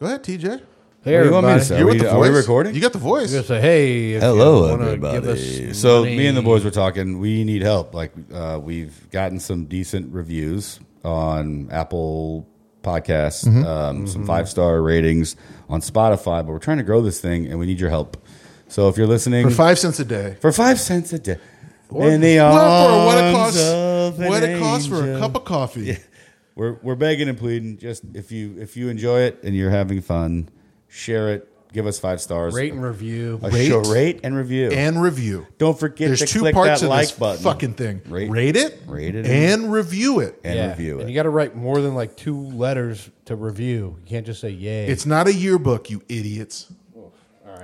Go ahead, TJ. Hey, What do you want me to everybody. say? You Are You got we, the are we voice. recording? You got the voice. just say, hey, if Hello, you wanna Give everybody. us So money. me and the boys were talking. We need help. Like uh, we've gotten some decent reviews on Apple Podcasts, Mm-hmm. um, some five star ratings on Spotify, but we're trying to grow this thing, and we need your help. So if you're listening For five cents a day. for five cents a day, Or- in the What for- what it arms costs, of an what it costs for a angel. cup of coffee. We're we're begging and pleading. Just if you if you enjoy it and you're having fun, share it. Give us five stars. rate and review. a rate. show, rate and review. And review. Don't forget There's to two click parts that of like this button. fucking thing. Rate, Rate- it, rate it and, review it. and Yeah. review And it. you got to write more than like two letters to review. You can't just say yay. It's not a yearbook, you idiots.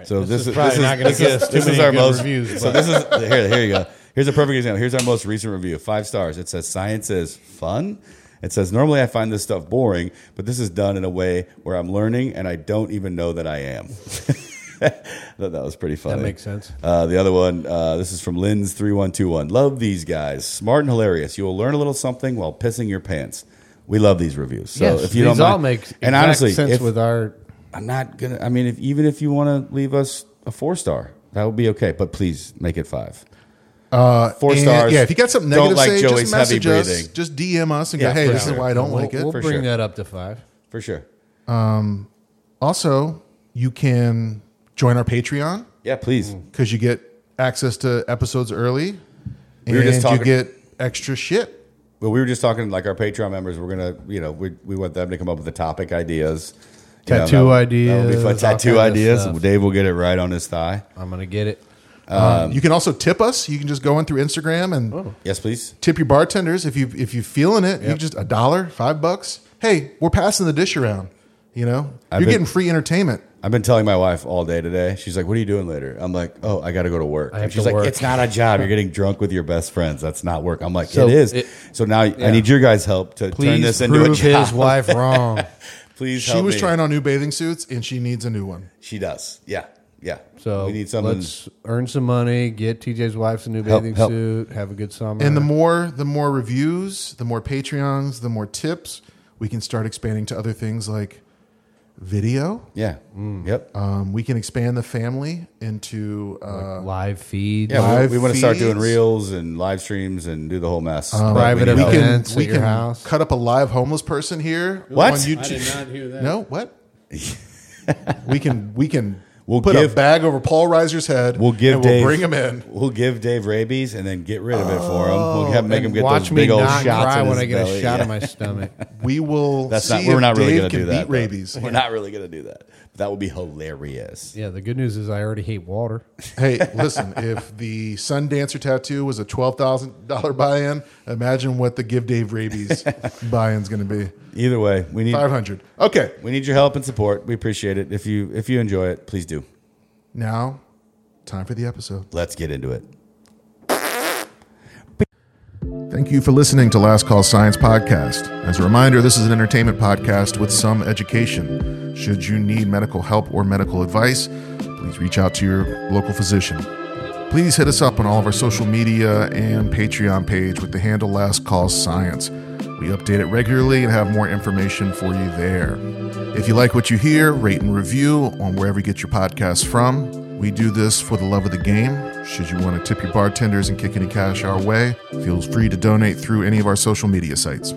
so this, is probably this is, not gonna this get is- us too this many is our good most reviews, So but- this is here. Here you go. Here's a perfect example. Here's our most recent review. Five stars. It says science is fun. It says normally I find this stuff boring, but this is done in a way where I'm learning and I don't even know that I am. that, that was pretty funny. makes sense. Uh, the other one, uh, this is from Lynn's three one two one. Love these guys, smart and hilarious. You will learn a little something while pissing your pants. We love these reviews. So yes, if you these don't all mind- make and honestly, sense if, with our I'm not gonna. I mean, if even if you want to leave us a four star, that would be okay. But please make it five. Uh, Four and- stars. Yeah, if you got something negative, Don't like say Joey's just heavy message us. breathing. Just DM us and Yeah, go, hey, for this is sure. why I don't we'll, like it. we'll For bring sure. that up to five. for sure. Also, you can join our Patreon Yeah, please. because you get access to episodes early, were and just you talking- get extra shit. Well, we were just talking like our Patreon members. We're gonna, you know, we we want them to come up with the topic ideas, You know, Tattoo that would- that would be ideas, fun. all tattoo kinda ideas. stuff. Dave will get it right on his thigh. I'm gonna get it. you can also tip us. You can just go in through Instagram and Oh. Yes, please. tip your bartenders if you if you're feeling it. You just a dollar, five bucks. Hey, we're passing the dish around. You know, I've you're been- getting free entertainment. I've been telling my wife all day today. She's like, "What are you doing later?" I'm like, "Oh, I got to go to work." I have And she's to like, work. "It's not a job. You're getting drunk with your best friends. That's not work." I'm like, So "It is." it- so now I need your guys' help to turn Please this into a prove job. his wife wrong. Please, She help was me. trying on new bathing suits and she needs a new one. She does. Yeah, yeah. So we need something. Let's earn some money. Get TJ's wife's a new Help, bathing help. suit. Have a good summer. And the more the more reviews, the more Patreons, the more tips, we can start expanding to other things like video. Yeah. Mm. Yep. Um, we can expand the family into uh, live feed. yeah. we- live We, want to start doing feeds. reels and live streams and do the whole mess. But Uh, private we need we help. event. can Events we at your can house. cut up a live homeless person here What? on I YouTube. not hear that. No, what? we can we can We'll put a give- bag over Paul Reiser's head. We'll give and Dave. we'll bring him in. We'll give Dave rabies and then get rid of it for him. We'll have, make Oh, him And get watch those me big old not shots. cry in when his I get belly. a shot Yeah. in my stomach. We will. That's see not. We're if not really Dave going to can do that. Beat though. rabies. We're not really going to do that. That would be hilarious. Yeah, the good news is I already hate water. hey, listen. If the Sun Dancer tattoo was a twelve thousand dollar buy-in, imagine what the Give Dave Rabies buy-in's going to be. Either way, we need Five hundred. Okay. we need your help and support. We appreciate it. If you if you enjoy it, please do. Now, time for the episode. Let's get into it. Thank you for listening to Last Call Science Podcast. As a reminder, this is an entertainment podcast with some education. Should you need medical help or medical advice, please reach out to your local physician. Please hit us up on all of our social media and Patreon page with the handle Last Call Science. We update it regularly and have more information for you there. If you like what you hear, rate and review on wherever you get your podcasts from. We do this for the love of the game. Should you want to tip your bartenders and kick any cash our way, feel free to donate through any of our social media sites.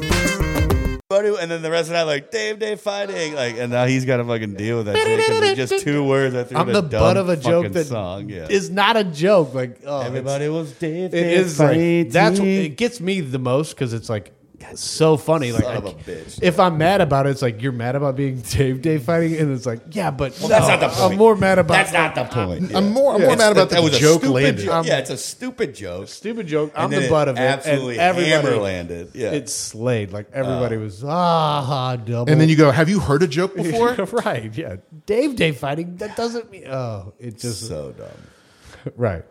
buddy, and then the rest of the night, like Dave, Dave fighting, like, and now he's got to fucking deal with that shit 'cause they're just two words. I threw I'm in the a dumb butt of a joke fucking that song. Yeah, is not a joke. Like oh, everybody was Dave. It Dave is like, that's what, fighting. it gets me the most because it's like so funny. Like Son I of a c- bitch. If I'm mad about it, it's like you're mad about being Dave Day fighting, and it's like yeah, but that's no, not the I'm point. more mad about that's not the point. I'm more, I'm Yeah. more It's- mad about that the was a joke stupid landing. joke. Yeah, it's a stupid joke. stupid joke. And I'm then the butt of it. and Absolutely, hammer everybody landed. Yeah, Uh. It slayed. Like everybody was ah double. And then you go, Have you heard a joke before? right, yeah. Dave Day fighting. That doesn't mean oh, it just so dumb. right.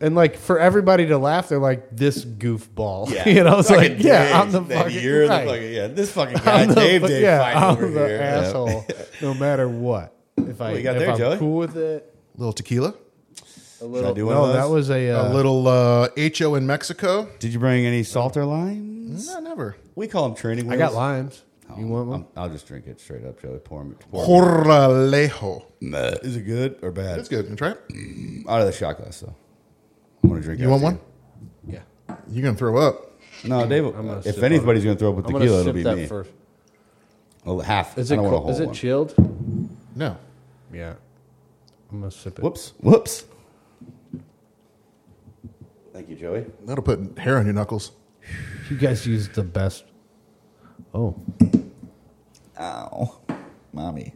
And like for everybody to laugh, they're like this goofball. Yeah, you know, it's Fucking like yeah, I'm Dave, the then fucking you're right. the fucking yeah. This fucking guy, I'm the Dave, fu- Dave, yeah, fighting I'm over the here. Yeah. asshole, no matter what. If I What you got if there, I'm Joey? cool with it, little tequila, a Should I little. do one of No, those? that was a, a uh, little uh, HO in Mexico. Did you bring any salter lines? No, never. We call them training wheels. I got limes. you want one? I'm, I'll just drink it straight up, Joey. Pour me. Pour me. Corralejo. Nah. Is it good or bad? That's good. You try it? Out of the shot glass, though. I want to drink. You want after one? yeah. You're gonna throw up. you. No, Dave. gonna sip If on it. anybody's going to throw up with I'm gonna tequila, it'll sip be that me. first. Oh, half. Is I it don't want a cool? whole Is it one. chilled? No. Yeah. I'm gonna sip it. Whoops. Whoops. Thank you, Joey. That'll put hair on your knuckles. You guys use the best. Oh, Ow, mommy.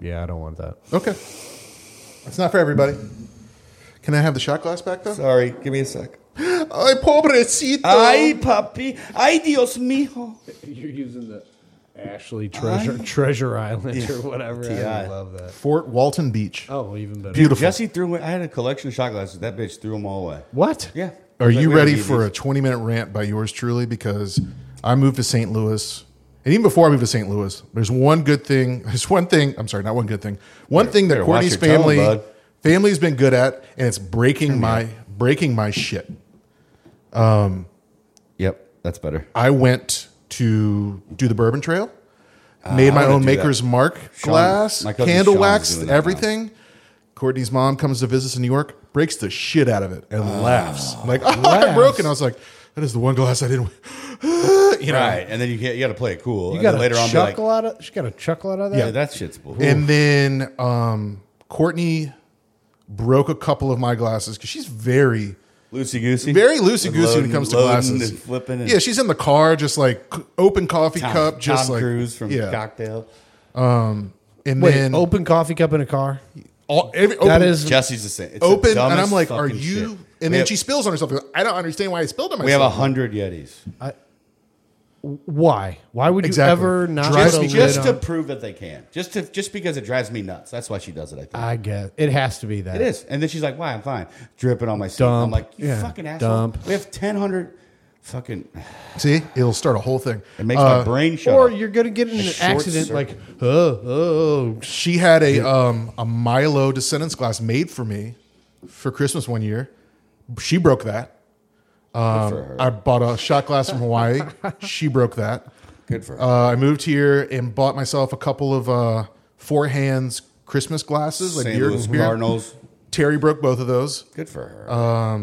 yeah. I don't want that. Okay. It's not for everybody. Can I have the shot glass back though? Sorry. Give me a sec. Ay, pobrecito. Ay, papi. Ay, Dios mijo. You're using the Ashley Treasure Treasure Island or whatever. TI. I love that. Fort Walton Beach. Oh, well, even better. Beautiful. Jesse threw. I had a collection of shot glasses. That bitch threw them all away. What? Yeah. Are you ready for it? a 20 minute rant by yours truly? Because I moved to St. Louis. And even before I moved to St. Louis, there's one good thing. There's one thing. I'm sorry, not one good thing. One thing that better watch Courtney's your tone, family bud. family's been good at, and it's breaking my breaking my shit. Yep, that's better. I went to do the Bourbon Trail, made Uh, I my wanna own do Maker's that. Mark Sean- glass, my cousin candle Sean's wax, doing that now. everything. Courtney's mom comes to visit us in New York, breaks the shit out of it, and Ah. laughs. I'm like, oh, I broke it. I was like, that is the one glass I didn't. you know. Right, and then you get, you got to play it cool. You and got then a later on, be like, chuckle out of. She got a chuckle out of that. yeah, that shit's bull. And then um, Courtney broke a couple of my glasses because she's very Loosey goosey, very loosey goosey when it comes to glasses. and flipping. And yeah, she's in the car, just like c- open coffee Tom, cup, just Tom like Cruise from yeah. Cocktail. and Wait, then open coffee cup in a car. all, every, open, That is Jesse's the same. It's the open, and dumbest I'm like, "Are fucking shit. you?" We And then have- she spills on herself. I don't understand why I spilled on myself. We have a hundred Yetis why? Why would you Exactly. ever not Drives put a me lid just to on- prove that they can. Just to just because it drives me nuts. That's why she does it. I think I guess it has to be that. it is. And then she's like, "Why? I'm fine." Dripping on my seat. Dump. I'm like, "You Yeah, fucking asshole." dump. We have ten hundred. Fucking. See, it'll start a whole thing. Um, It makes my brain shut. Uh, Or off. you're gonna get in an short accident, circuit. like oh, oh, She had a um, a Milo Descendants glass made for me for Christmas one year. She broke that. Um, Good for her. I bought a shot glass from Hawaii. she broke that. Good for her. Uh, I moved here and bought myself a couple of uh, four hands Christmas glasses, like St. beer, Louis beer- Cardinals. Terry broke both of those. Good for her. Uh,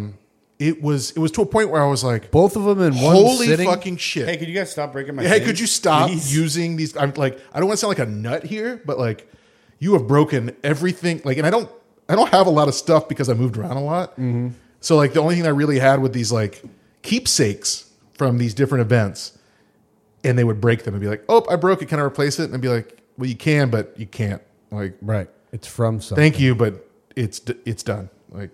It was it was to a point where I was like, both of them in one "Holy sitting. fucking shit!" hey, could you guys stop breaking my? Hey, things? could you stop Please? using these? I'm like, I don't want to sound like a nut here, but like, you have broken everything. Like, and I don't, I don't have a lot of stuff because I moved around a lot. Mm-hmm. So like, the only thing I really had with these like keepsakes from these different events, and they would break them and be like, "Oh, I broke it. Can I replace it?" And I'd be like, "Well, you can, but you can't." Like, Right. It's from something. thank you, but it's d- it's done. Like,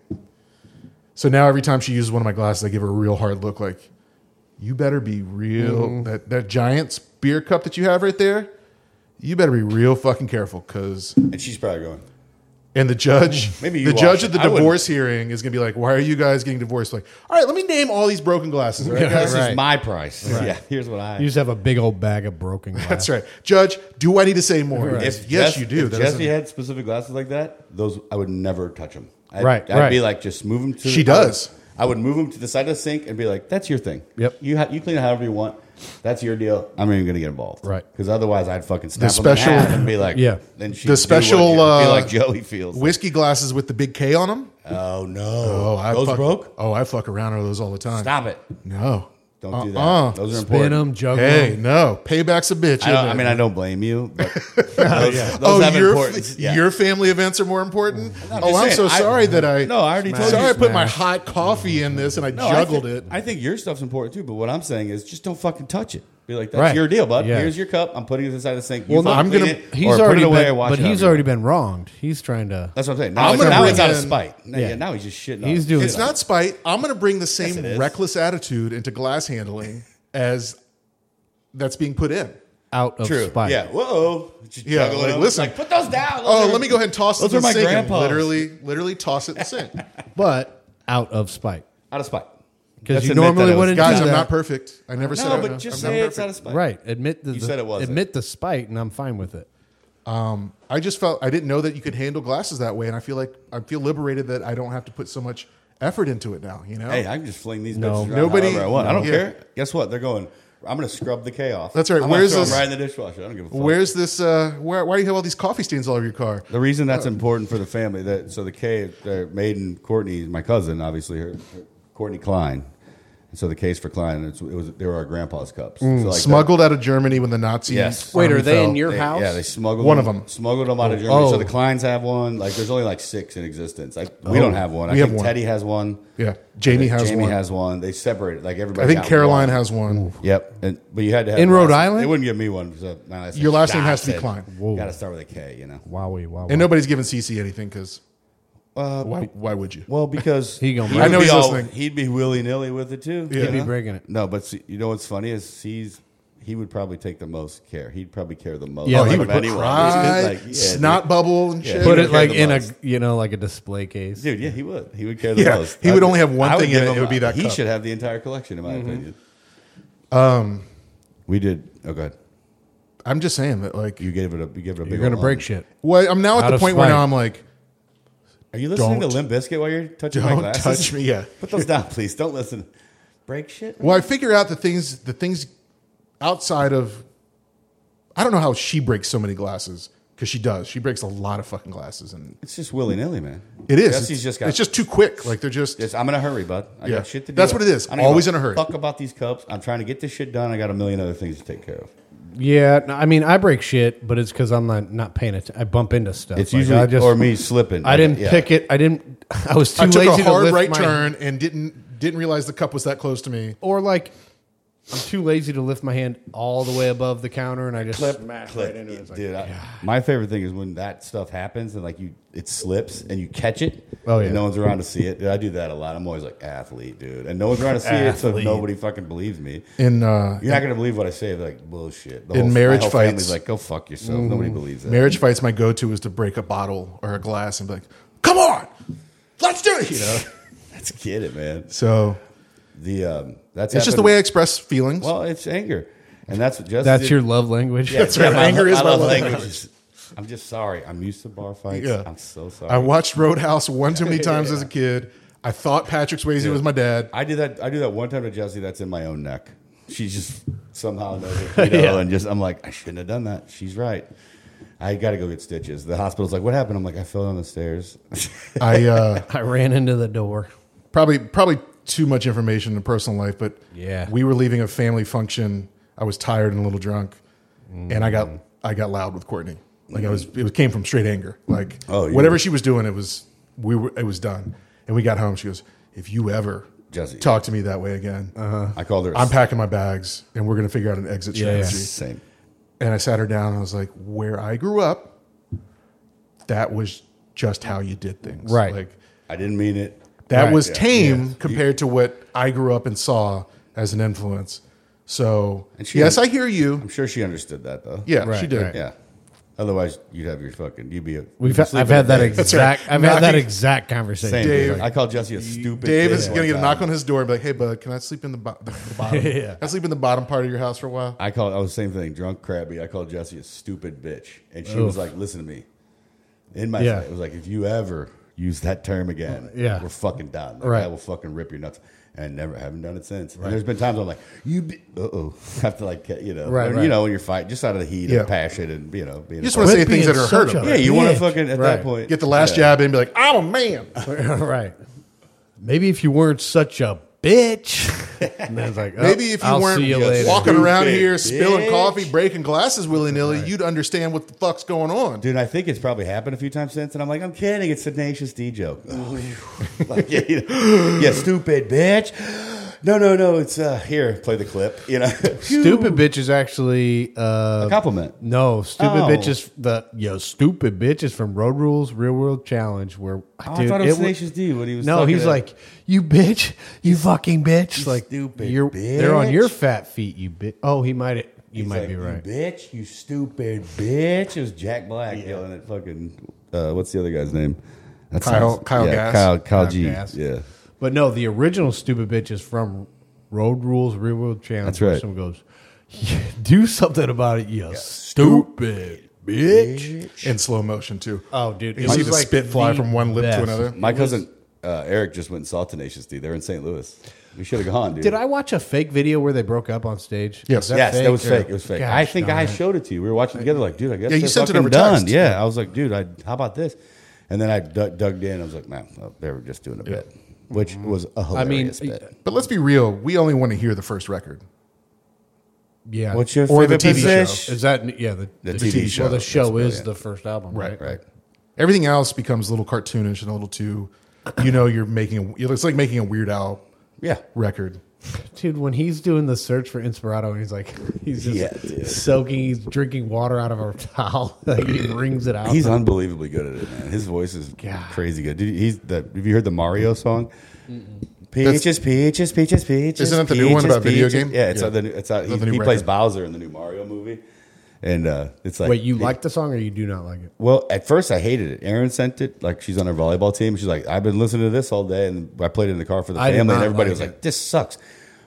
so now every time she uses one of my glasses, I give her a real hard look. Like, you better be real Mm-hmm. that that giant beer cup that you have right there. You better be real fucking careful, because And she's probably going. and the judge, Maybe you the wash judge it. at the I wouldn't. divorce hearing is gonna be like, "Why are you guys getting divorced?" Like, all right, let me name all these broken glasses. all Right, guys? This Right. is my price. Yeah, here's what I. You just have a big old bag of broken glass. That's right, judge. Do I need to say more? If yes, Jess- you do. If That Jesse doesn't- had specific glasses like that, those I would never touch them. I'd, Right, I'd right. be like, just move them to. She the- I would- does. I would move them to the side of the sink and be like, "That's your thing. Yep. You ha- you clean it however you want. That's your deal. I'm not even gonna get involved. Right. Because otherwise, I'd fucking snap the special- special in half and be like, Yeah. Then she The special, feel uh, like Joey feels. whiskey glasses with the big K on them. oh no. Oh, I those fuck, broke. Oh, I fuck around with those all the time. Stop it. No. Don't do that. Uh-uh. Those are important. Spin them, juggle Hey, 'em. no. Payback's a bitch. I, isn't don't- I it? mean, I don't blame you. But those, those oh, have your, importance. f- Yeah. your family events are more important. oh, just I'm so saying, I- sorry that I. No, I already told sorry you. I put my hot coffee in this and I No, I juggled thi- it. I think your stuff's important too. But what I'm saying is, just don't fucking touch it. Be like, that's Right. your deal, bud. Yeah. Here's your cup. I'm putting it inside the sink. You Well, no, fucking I'm clean gonna- it, He's or put already it away been, or watch but it he's however you already want. been wronged. He's trying to. That's what I'm saying. Now, I'm it's, gonna now it's bring out of in- spite. No, Yeah. yeah, now he's just shitting. He's on doing it. It's not spite. I'm going to bring the same it is. reckless attitude into glass handling as that's being put in. out of true. spite. Yeah. Whoa. Yeah, like, listen. Like, put those down. Oh, let me go ahead and toss it Those in are the my sink. and grandpa's. Literally, literally toss it in the sink. but out of spite. Out of spite. Because Let's you admit that normally I was- wouldn't Guys, do I'm that. not perfect. I never said No, I'm but not- just I'm not say it's perfect. out of spite. Right. Admit the, You the- said it wasn't. admit the spite, and I'm fine with it. I just felt I didn't know that you could handle glasses that way, and I feel like I feel liberated that I don't have to put so much effort into it now. You know, Hey, I can just fling these No. bitches around Nobody- however I want. I don't Yeah. care. Guess what? They're going. I'm going to scrub the K off. That's right. I'm gonna Where's throw 'em this- Right in the dishwasher. I don't give a fuck. where's this? Uh, where, why do you have all these coffee stains all over your car? The reason that's Oh. important for the family that so the K, their maiden Courtney, my cousin, obviously her, her- Courtney Klein. And so the case for Klein, it's, it was they were our grandpa's cups. so like Mm, Smuggled out of Germany when the Nazis. Yes. Wait, are army they fell. in your the- they- house? Yeah, they smuggled One of 'em. Smuggled them out of Germany. So Oh. the Kleins have one. Like there's only like six in existence. Like we don't have one. Oh. I We have think one. Teddy has one. Yeah, Jamie has Jamie one. has one. They separated. Like everybody. I think got Caroline one. has one. Yep. And, but you had to have In the Rhode last- Island? They wouldn't give me one. So my last Your last name has I to be said, Klein. Got to start with a K. You know. Wowie, wowie. And nobody's giving CC anything because Uh, why, why would you? Well, because He gonna he break I know would he's be all- listening. He'd be willy nilly with it too. Yeah. He'd be breaking it. No, but see, you know what's funny is he's he would probably take the most care. He'd probably care the most. Yeah, Oh, like he would of put anyone. pride, Like, yeah, snot bubble, and Yeah. shit. Put don't it care like the in most. a you know like a display case. dude. Yeah, he would. He would care the Yeah, most. he would only have one thing in give it, him it would a- be that He cup. should have the entire collection, in my opinion. Um, we did. Oh, god, I'm just saying that, like, you gave it a you gave it a big. You're gonna old break lung. shit. well, I'm now at Out the of point where spite. now I'm like, Are you listening Don't. to Limp Biscuit while you're touching my don't glasses? touch me. Yeah. Put those down, please. Don't listen. Break shit. Well, I figure out the things, the things outside of. I don't know how she breaks so many glasses because she does. She breaks a lot of fucking glasses, and It's just willy nilly, man. it is. Jesse's It's just got it's just too quick. Like they're just. Just, I'm in a hurry, bud. I Yeah. got shit to do. That's what it is. I don't give Always in a hurry. Fuck about these cups. I'm trying to get this shit done. I got a million other things to take care of. Yeah, no, I mean I break shit, but it's because I'm not not paying attention. I bump into stuff. It's Like, usually I just- or me slipping. I didn't Yeah. pick it. I didn't. I was too I took lazy a hard to lift right my, turn and didn't didn't realize the cup was that close to me. or like I'm too lazy to lift my hand all the way above the counter, and I just Clip, smash clip. right into it. It's like, Dude, I- my favorite thing is when that stuff happens and like you, it slips and you catch it. Oh, yeah. and no one's around to see it. Dude, I do that a lot. I'm always like athlete, dude, and no one's around to see it, so Athlete. nobody fucking believes me. In uh, You're not gonna believe what I say. They're like bullshit. The In whole- my marriage whole family's fights. like go fuck yourself. Nobody believes that. marriage fights, my go to is to break a bottle or a glass and be like, "Come on, let's do it." You know. Let's get it, man. So The um, that's it's just the happened- way I express feelings. Well, it's anger, and that's what just That's your love language. That's right. Anger is my love I'm just sorry. I'm used to bar fights. Yeah. I'm so sorry. I watched Roadhouse one too many times as a kid. I thought Patrick Swayze was my dad. I did that. I do that one time to Jesse. That's in my own neck. She just somehow knows it, you know, and just I'm like, I shouldn't have done that. She's right. I got to go get stitches. The hospital's like, what happened? I'm like, I fell down the stairs. I uh, I ran into the door. probably probably too much information in personal life, but Yeah. we were leaving a family function. I was tired and a little drunk, and I got I got loud with Courtney. Like I was, it was- came from straight anger. Like Oh, you- whatever she was doing, it was we were it was done. And we got home. She goes, "If you ever Jesse. talk to me that way again, uh-huh. I called her. a I'm packing my bags and we're gonna figure out an exit yeah. strategy." Same. And I sat her down and I was like, where I grew up, that was just how you did things. Right. Like I didn't mean it. that Right, was yeah, tame compared to what I grew up and saw as an influence. So And she- yes, I hear you. I'm sure she understood that though. Yeah, Right, she did. right. Yeah. Otherwise, you'd have your fucking. You'd be. A, We've you'd be had, I've sleeping had that in bed. exact. right. I've had that Knocking- exact conversation. Same. Dave- I called Jesse a stupid. Dave bitch is one gonna get a time. knock on his door and be like, "Hey, bud, can I sleep in the, bo- the bottom? Yeah. Can I sleep in the bottom part of your house for a while." I called. I was the same thing. Drunk, crabby. I called Jesse a stupid bitch, and she was Oof. like, "Listen to me." In my Yeah. face, it was like, "If you ever use that term again, Yeah. we're fucking done. Like, Right. I will fucking rip your nuts." And I never haven't done it since. And there's been times I'm like, "You, be- uh oh," have to like, get- you know, Right, or, right. you know, when you're fighting, just out of the heat Yeah. and passion, and you know, being You just a- want to say Quit things that being are hurt such him. a- yeah, you want bitch. to fucking at Right. that point Get the last yeah. jab in and be like, "I'm a man." right. Maybe if you weren't such a bitch. And then it's like, oh, Maybe if you I'll weren't see you later. walking around Stupid here spilling bitch. coffee, breaking glasses willy nilly, you'd understand what the fuck's going on. Dude, I think it's probably happened a few times since, and I'm like, I'm kidding. It's a tenacious D joke. like, yeah, you know, "You stupid bitch. No, no, no. It's uh, here. Play the clip. You know, Stupid bitch is actually uh, compliment. no stupid Oh. bitch is the yo stupid bitch is from Road Rules Real World Challenge where Oh, I thought it was wa- tenacious D when he was. no talking he's to- like you bitch you fucking bitch like stupid you're they're on bitch." your fat feet you bitch oh he might you he's might like, be "You right bitch. You stupid bitch. It was Jack Black yelling at fucking. Uh, what's the other guy's name? That Kyle- Kyle yeah, Gass? Kyle, Kyle Kyle G. Gass. Yeah. But no, the original stupid bitch is from Road Rules Real World Channel. That's where right. Someone goes, "Yeah, "Do something about it, you stupid bitch." in slow motion too. Uh, Oh, dude, you it see was the like spit fly the from one lip best. to another. My cousin uh, Eric just went and saw Tenacious D. They're in St. Louis. We should have gone, dude. Did I watch a fake video where they broke up on stage? Yes. Is Yes, that was or- fake. It was fake. Gosh I think darn I it. showed it to you. We were watching together. Like, dude, I guess Yeah, you they're sent it fucking over done. text. Yeah, I was like, dude, I, how about this? And then I dug, dug in. I was like, man, oh, they were just doing a bit, which was a Mm-hmm. I mean, uh, hilarious bit. But let's be real. We only want to hear the first record. yeah. What's your Or the favorite TV show. position? Is that yeah? The, The TV show. Well, the That's show is brilliant. the first album, right? Right. Everything else becomes a little cartoonish and a little too. You know, you're making a, it's like making a Weird Al Yeah. record. Dude, when he's doing the search for Inspirato, and he's like, he's just Yeah, dude. soaking, he's drinking water out of a towel. like he wrings it out. He's unbelievably good at it, man. His voice is God. crazy good. Did you, he's the, have you heard the Mario song? Peaches, peaches, peaches, peaches. Isn't that the new one peaches, about video peaches. game? Yeah, it's Yeah. out. the- It's out. He, the new he plays record. Bowser in the new Mario movie, and uh, it's like Wait, you he- like the song or you do not like it? Well, at first I hated it. Erin sent it. Like she's on her volleyball team. She's like, I've been listening to this all day, and I played it in the car for the I did family, and not everybody like was it. like, "This sucks."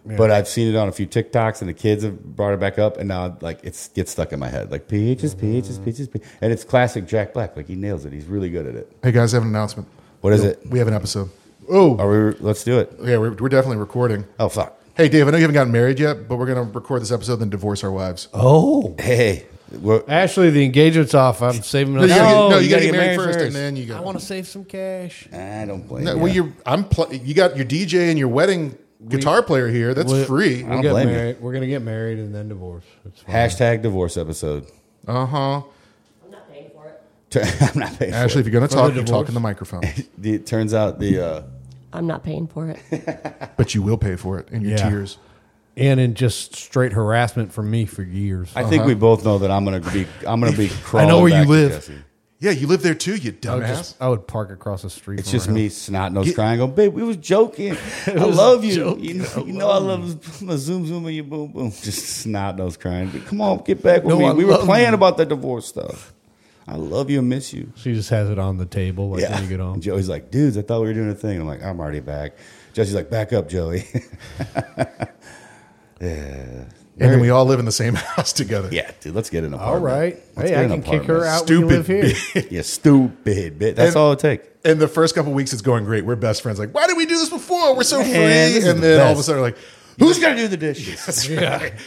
But I've seen it on a few TikToks, and the kids have brought it back up, and now like it's gets stuck in my head. Like peaches, peaches, peaches, peaches, and it's classic Jack Black. Like he nails it. He's really good at it. Hey guys, I have an announcement. What is it? We have an episode. Oh, Are we? Let's do it. Yeah, we're, we're definitely recording. Oh fuck. Hey Dave, I know you haven't gotten married yet, but we're gonna record this episode then divorce our wives. oh. Hey, we're, Actually, the engagement's off. I'm saving. No, you gotta, No, Oh, get, no, you you gotta get married, gotta get married first, first. and then you I got. want to save some cash. I don't blame. No, you. well, you're I'm pl- you got your DJ and your wedding guitar player here. That's We- free. We don't get blame you. married. We're gonna get married and then divorce. It's fine. hashtag divorce episode. Uh huh. I'm not paying for it. I'm not paying. for Ashley, if it. you're gonna For talk, the you divorce? talk in the microphone, The- it turns out the uh, I'm not paying for it. but you will pay for it in your Yeah. tears. and in just straight harassment from me for years. I think we both know that I'm gonna be. I'm gonna be. Uh-huh. I know crawling where you back to live. Jesse. Yeah, you live there too, you I would, dumbass. just, I would park across the street. It's from just her me snot nose crying, going, babe, we was joking. I love you. You know, you know I love my zoom zoom and your boom boom. Just snot nose crying. But come on, get back with No, me. I we were love playing you. about the divorce stuff. I love you and miss you. house. She just has it on the table. Like when you get home. And Joey's like, dudes, I thought we were doing a thing. I'm like, I'm already back. Jesse's like, back up, Joey. and then we all live in the same house together. yeah, dude, let's get an All apartment. right. Let's hey, get I can an kick her apartment. out. Stupid we can live here. You stupid bitch. That's And- all it takes. And the first couple weeks, it's going great. We're best friends. Like, why did we do this before? We're so this is free. And the then all of a best. sudden, like, Who's gonna do the dishes?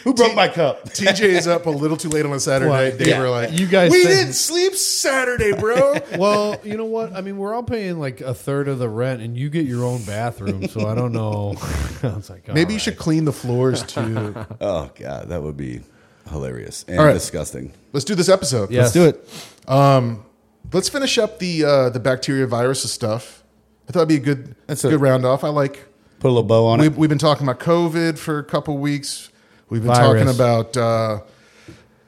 Who broke my cup? TJ is up a little too late on a Saturday. Well, Dave, yeah. we're like, You guys we think- didn't sleep Saturday, bro. well, you know what? I mean, we're all paying like a third of the rent, and you get your own bathroom. So I don't know. I was like, oh. all Maybe you right. should clean the floors too. Oh god, that would be hilarious and All right. disgusting. Let's do this episode. Yes. Let's do it. Let's finish up the uh, the bacteria viruses stuff. I thought it'd be a good That's a- good round off. I like Put a little bow on we, it. we've been talking about COVID for a couple weeks. We've been Virus. talking about uh,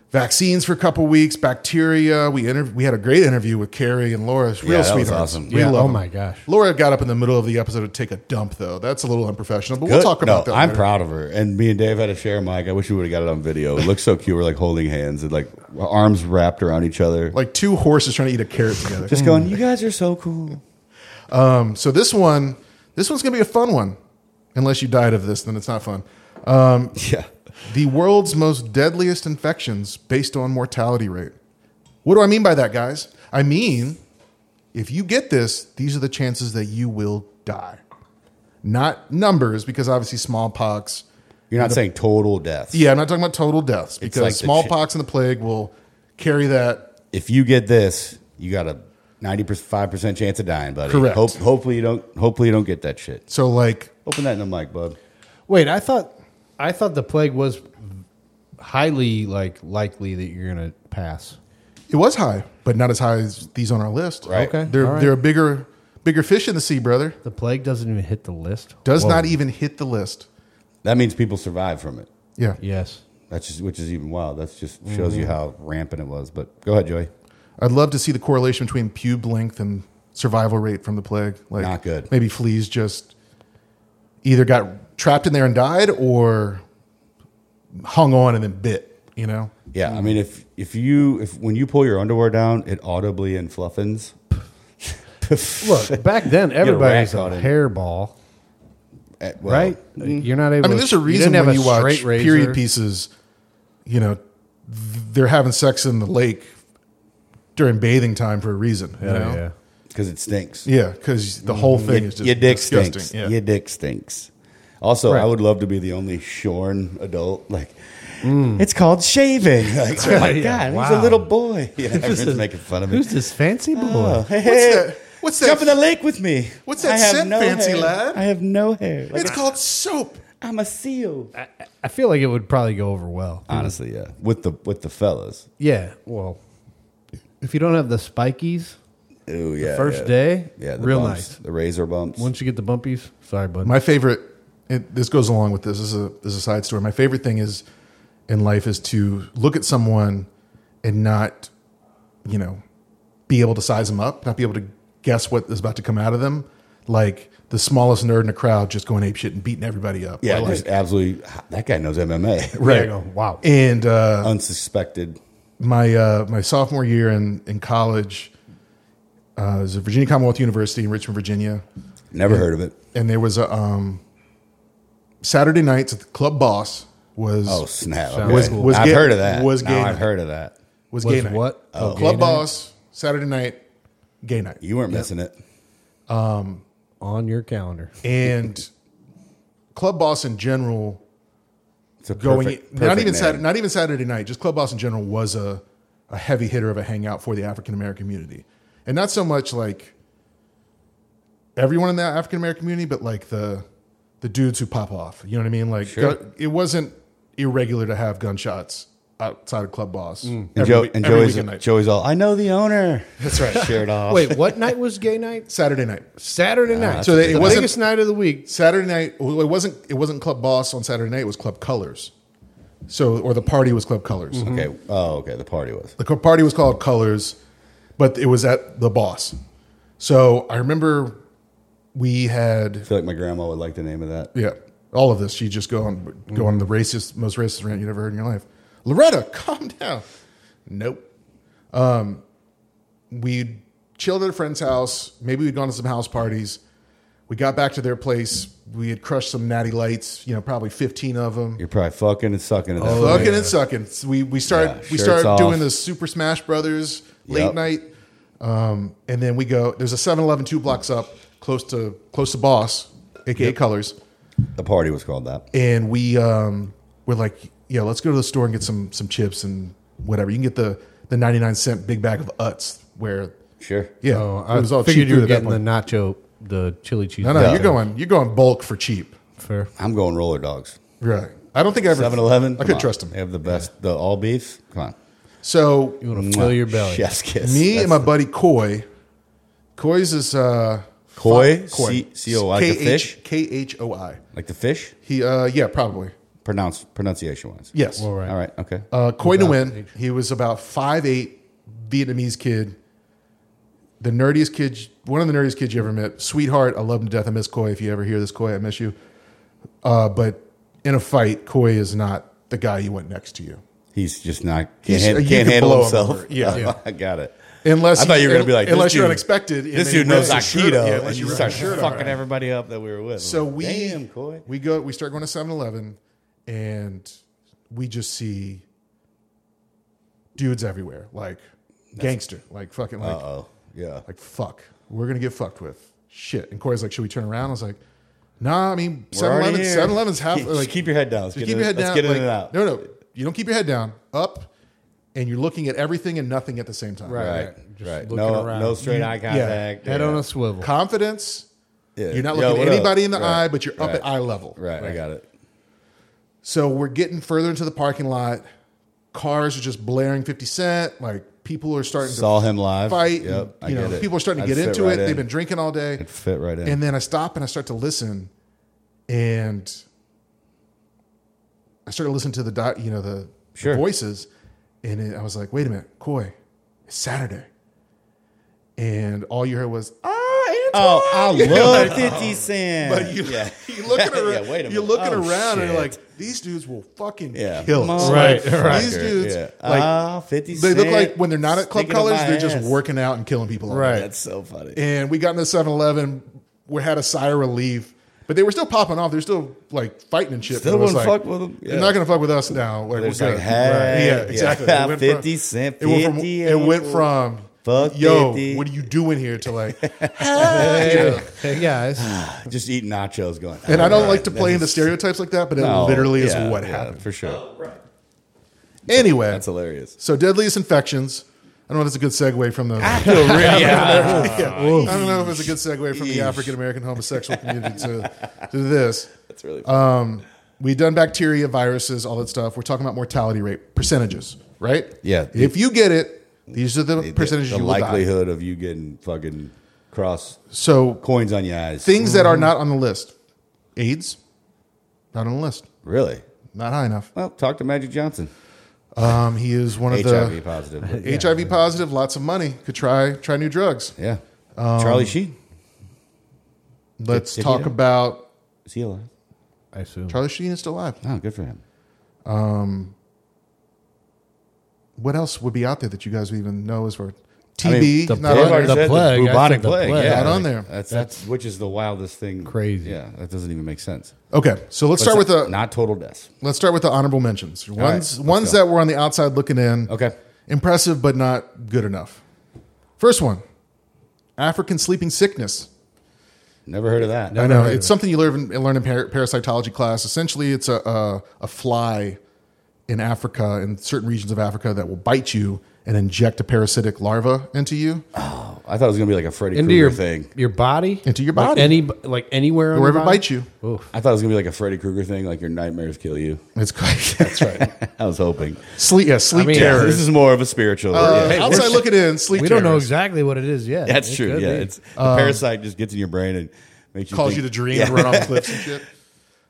vaccines for a couple weeks. Bacteria. We inter- we had a great interview with Carrie and Laura. Real Yeah, that was sweethearts. awesome. We Yeah, love oh them. my gosh. Laura got up in the middle of the episode to take a dump though. That's a little unprofessional. But we'll Good. talk about no, that. I'm later. proud of her. And me and Dave had a share mic. I wish we would have got it on video. It looks so cute. We're like holding hands and like arms wrapped around each other. Like two horses trying to eat a carrot together. Um, just going, you guys are so cool. So this one, this one's gonna be a fun one. Unless you died of this, then it's not fun. Yeah. The world's most deadliest infections based on mortality rate. What do I mean by that, guys? I mean, if you get this, these are the chances that you will die. Not numbers, because obviously smallpox. You're not saying total death. Yeah, I'm not talking about total deaths because like the smallpox and the plague will carry that. If you get this, you got a 95% chance of dying, buddy. Correct. Hope, hopefully you don't hopefully you don't get that shit. So, like, Open that in the mic, bud. Wait, I thought, I thought the plague was highly like likely that you're gonna pass. it was high, but not as high as these on our list. Right. Okay. They're, all right. they're a bigger, bigger fish in the sea, brother. The plague doesn't even hit the list. Does Whoa. not e- even hit the list. That means people survive from it. Yeah. Yes. That's just which is even wild. That's just shows Mm-hmm. you how rampant it was. But go ahead, Joey. I'd love to see the correlation between pube length and survival rate from the plague. Like, Not good. Maybe fleas just either got trapped in there and died, or hung on and then bit. You know, Yeah, Mm-hmm. I mean, if if you if when you pull your underwear down, it audibly and fluffins. Look, back then everybody's a rack on it. hairball, Eh, well, right? You're not mm-hmm. able. I mean, to- there's a didn't reason have when a you watch straight razor. period pieces, you know, they're having sex in the lake during bathing time for a reason. You Oh, know? yeah. Because it stinks. Yeah, because the whole thing is just Your dick disgusting. stinks. Yeah. Your dick stinks. Also, Right. I would love to be the only shorn adult. Like, Mm. it's called shaving. Like, oh my Yeah, god, he's wow. a little boy. Yeah, everyone's making fun of me. Who's this fancy boy? Oh, hey, that- hey, what's jump that- in the lake with me? what's that I have scent, fancy hair. lad? I have no hair. Like, It's Uh, called soap. I'm a seal. I feel like it would probably go over well. Honestly, yeah. With the with the fellas. Yeah. Well, if you don't have the spikies Ooh, yeah. first yeah. day, Yeah, the real bumps, nice. The razor bumps. Once you get the bumpies, sorry, bud. My favorite. It, this goes along with this. This is a this is a side story. My favorite thing is in life is to look at someone and not, you know, be able to size them up, not be able to guess what is about to come out of them. Like the smallest nerd in a crowd just going ape shit and beating everybody up. yeah, Or like, just absolutely. That guy knows MMA. There right. you go. Wow. And uh, Unsuspected. my uh, my sophomore year in in college, uh, it was at Virginia Commonwealth University in Richmond, Virginia, Never heard of it. and there was a um, Saturday nights at the club. Boss was Oh snap! Sounds Okay. Was- was I've gay- heard of that. was Now gay I've night. heard of that. was Was gay night. what? Oh, club gay night? Boss Saturday night, gay night, You weren't missing it. on your calendar. and club boss in general It's a going perfect- not perfect even name. Saturday, not even Saturday night. Just Club Boss in general was a a heavy hitter of a hangout for the African American community, and not so much like everyone in the African American community, but like the the dudes who pop off. You know what I mean? Like Sure. gu- it wasn't irregular to have gunshots outside of Club Boss. And, every Joe, wee- and every Joey's, weekend night. Joey's all, I know the owner. That's right. Shirt off. Wait, what night was gay night? Saturday night. Saturday night. So So they- it the wasn't- biggest night of the week. Saturday night. Well, it wasn't. It wasn't Club Boss on Saturday night. It was Club Colors. So or the party was Club Colors. Okay. Oh, okay. The party was. The co- party was called Colors, but it was at the boss. So I remember we I had feel like my grandma would like the name of that. yeah all of this. You just go on go on the racist most racist rant you'd ever heard in your life. Loretta, calm down. Nope. Um, we chilled at a friend's house. Maybe we'd gone to some house parties. We got back to their place. We had crushed some natty lights. You know, probably fifteen of them. You're probably fucking and sucking at that point. Oh, Fucking and sucking. So we we started Oh, Yeah, we shirts started off. doing the Super Smash Brothers late Yep. night, um, and then we go. There's a 7-Eleven two blocks up, close to close to Boss, aka Colors, The party was called that. and we um, we're like, yeah, let's go to the store and get some some chips and whatever. You can get the the ninety nine cent big bag of Utz. Where Sure. yeah, Oh, it I was all cheap figured you food were at that getting the point. nacho, the chili cheese. no, no, nacho. you're going you're going bulk for cheap, Fair. I'm going roller dogs. right? I don't think I ever 7 Eleven. I could trust him. They have the best, the all beef. Come on. So You want to fill your belly. Chef's kiss. Me That's and my buddy Coy. Coy's is uh fi- Koi? C- C-O-I, like the K-H- fish? K-H-O-I. Like the fish? He uh yeah, probably. Pronounce, pronunciation wise. Yes. All right. All right. Okay. Uh Coy Nguyen, he was about five eight Vietnamese kid. The nerdiest kid, one of the nerdiest kids you ever met. Sweetheart, I love him to death. I miss Coy. If you ever hear this, Coy, I miss you. Uh, but in a fight, Coy is not the guy you want next to you. He's just not, He's- can't, hand- you can't can handle blow him himself. over. Yeah. I got it. Unless I thought you were gonna be like, unless this you're dude- unexpected. and This then he dude knows rips his shirt- Aikido. yeah, and unless you rip start his shirt off. fucking everybody up that we were with. So we Damn, Coy. we go we start going to 7-Eleven and we just see dudes everywhere, like gangster, like fucking like Oh, yeah. like fuck. We're gonna get fucked with shit. And Corey's like, should we turn around? I was like, nah. I mean, We're already 7-Eleven, here. 7-Eleven's half. Keep, like, just keep your head down. Let's just get keep in- your head let's down. get in like, and out. No, no, you don't keep your head down. Up, and you're looking at everything and nothing at the same time. Right. Right, Just right. looking No, around. no straight eye contact. Head yeah. on a swivel. Confidence. Yeah. You're not Yo, looking at what up? anybody in the Right. eye, but you're up Right. at eye level. Right, I got it. So we're getting further into the parking lot. Cars are just blaring 50 Cent. Like people are starting Saw to him live. fight. and, Yep, I you get know, it. people are starting to I'd get fit into right it. in. They've been drinking all day. I'd fit right in. And then I stop and I start to listen, and I started listening to the dot, you know, the, the Sure. voices, and it, I was like, wait a minute, Coy, it's Saturday, and all you heard was ah, Oh, I love like, 50 Cent. But you, yeah. you're looking Yeah, around, wait a you're minute. looking Oh, around and shit. you're like, these dudes will fucking yeah. kill us. Right, Motherfucker, right. These dudes, yeah. like, Ah, 50 They look Cent, like when they're not at Club sticking to Colors, my they're just ass. working out and killing people. all Right. day. That's so funny. And we got into 7 Eleven. We had a sigh of relief, but they were still popping off. They're still like fighting and shit. Still And it was wouldn't like, fuck with 'em. They're Yeah. not going to fuck with us now. Like, They're we're just like, good. hey, Yeah, exactly. yeah, It went 50 Cent, It went from, 50, it went from Fuck yo, 50. what are you doing here to like, Hey, hey guys. Just eating nachos going. "Oh, and I don't "Alright, like to this play is- into stereotypes like that, but it No, literally is Oh, yeah, what yeah, happened. For sure. Anyway, That's hilarious. So deadliest infections. I don't know if it's a good segue from the. Yeah. I don't know if it's a good segue from the Eesh. African American homosexual community to, to this. That's really Uh, funny. We've done bacteria, viruses, all that stuff. We're talking about mortality rate percentages, right? Yeah. If you get it, these are the The- percentages the you will die. likelihood of you getting fucking cross So coins on your eyes. things that are not on the list, AIDS, not on the list, really? not high enough. Well, talk to Magic Johnson. Um, he is one of HIV positive. the HIV positive, lots of money. Could try try new drugs. yeah. Um, Charlie Sheen. Let's Did he talk die? about Is he alive? I assume. Charlie Sheen is still alive. Oh, good for him. what else would be out there that you guys would even know as far TB? I mean, the not on plague- there. the plague, I bubonic said the plague. plague. Yeah, Not on like, there. That's, that's which is the wildest thing. Crazy. Yeah, that doesn't even make sense. okay, so let's start with the not total deaths. let's start with the honorable mentions. Ones let's ones go. that were on the outside looking in. Okay. impressive but not good enough. First one, African sleeping sickness. Never heard of that. I know heard of it's something you learn in, learn in par- parasitology class. Essentially, it's a, a a fly in Africa in certain regions of Africa that will bite you and inject a parasitic larva into you I thought it was gonna be like a Freddy Into your Krueger thing. your body. Into your Like body. any like anywhere. on wherever your it body? bites you. Oof. I thought it was gonna be like a Freddy Krueger thing. Like your nightmares kill you. It's that's right. I was hoping. Sleep, yeah, sleep I mean, terror. This is more of a spiritual. Uh, yeah. outside looking in, sleep. We don't know terrors. exactly what it is yet. That's It true. could Yeah, be. Um, it's the parasite just gets in your brain and makes you Cause you think- to dream and run off cliffs and shit.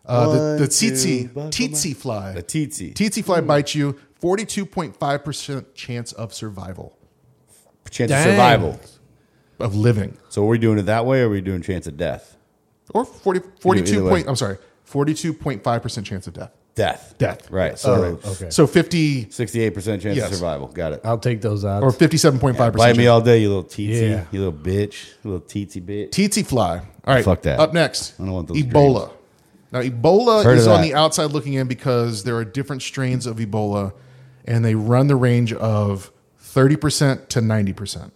Uh, the, the tsetse, buckle tsetse fly. The tsetse. tsetse fly bites you. Forty-two point five percent chance of survival chance Dang. of survival. of living, So are we doing it that way, or are we doing chance of death? or 40, 42 way. point. I'm sorry, forty-two point five percent chance of death. Death. Death. Right. So Oh, okay. So fifty sixty-eight percent chance Yes. of survival. Got it. I'll take those odds. or fifty-seven point five Bite percent. me all day, you little tsetse. Yeah. You little bitch. You little tsetse bitch. Tsetse fly. All right. Fuck that. Up next, I don't want those Ebola. Now, Ebola Heard of is on that. the outside looking in because there are different strains of Ebola, and they run the range of thirty percent to ninety percent.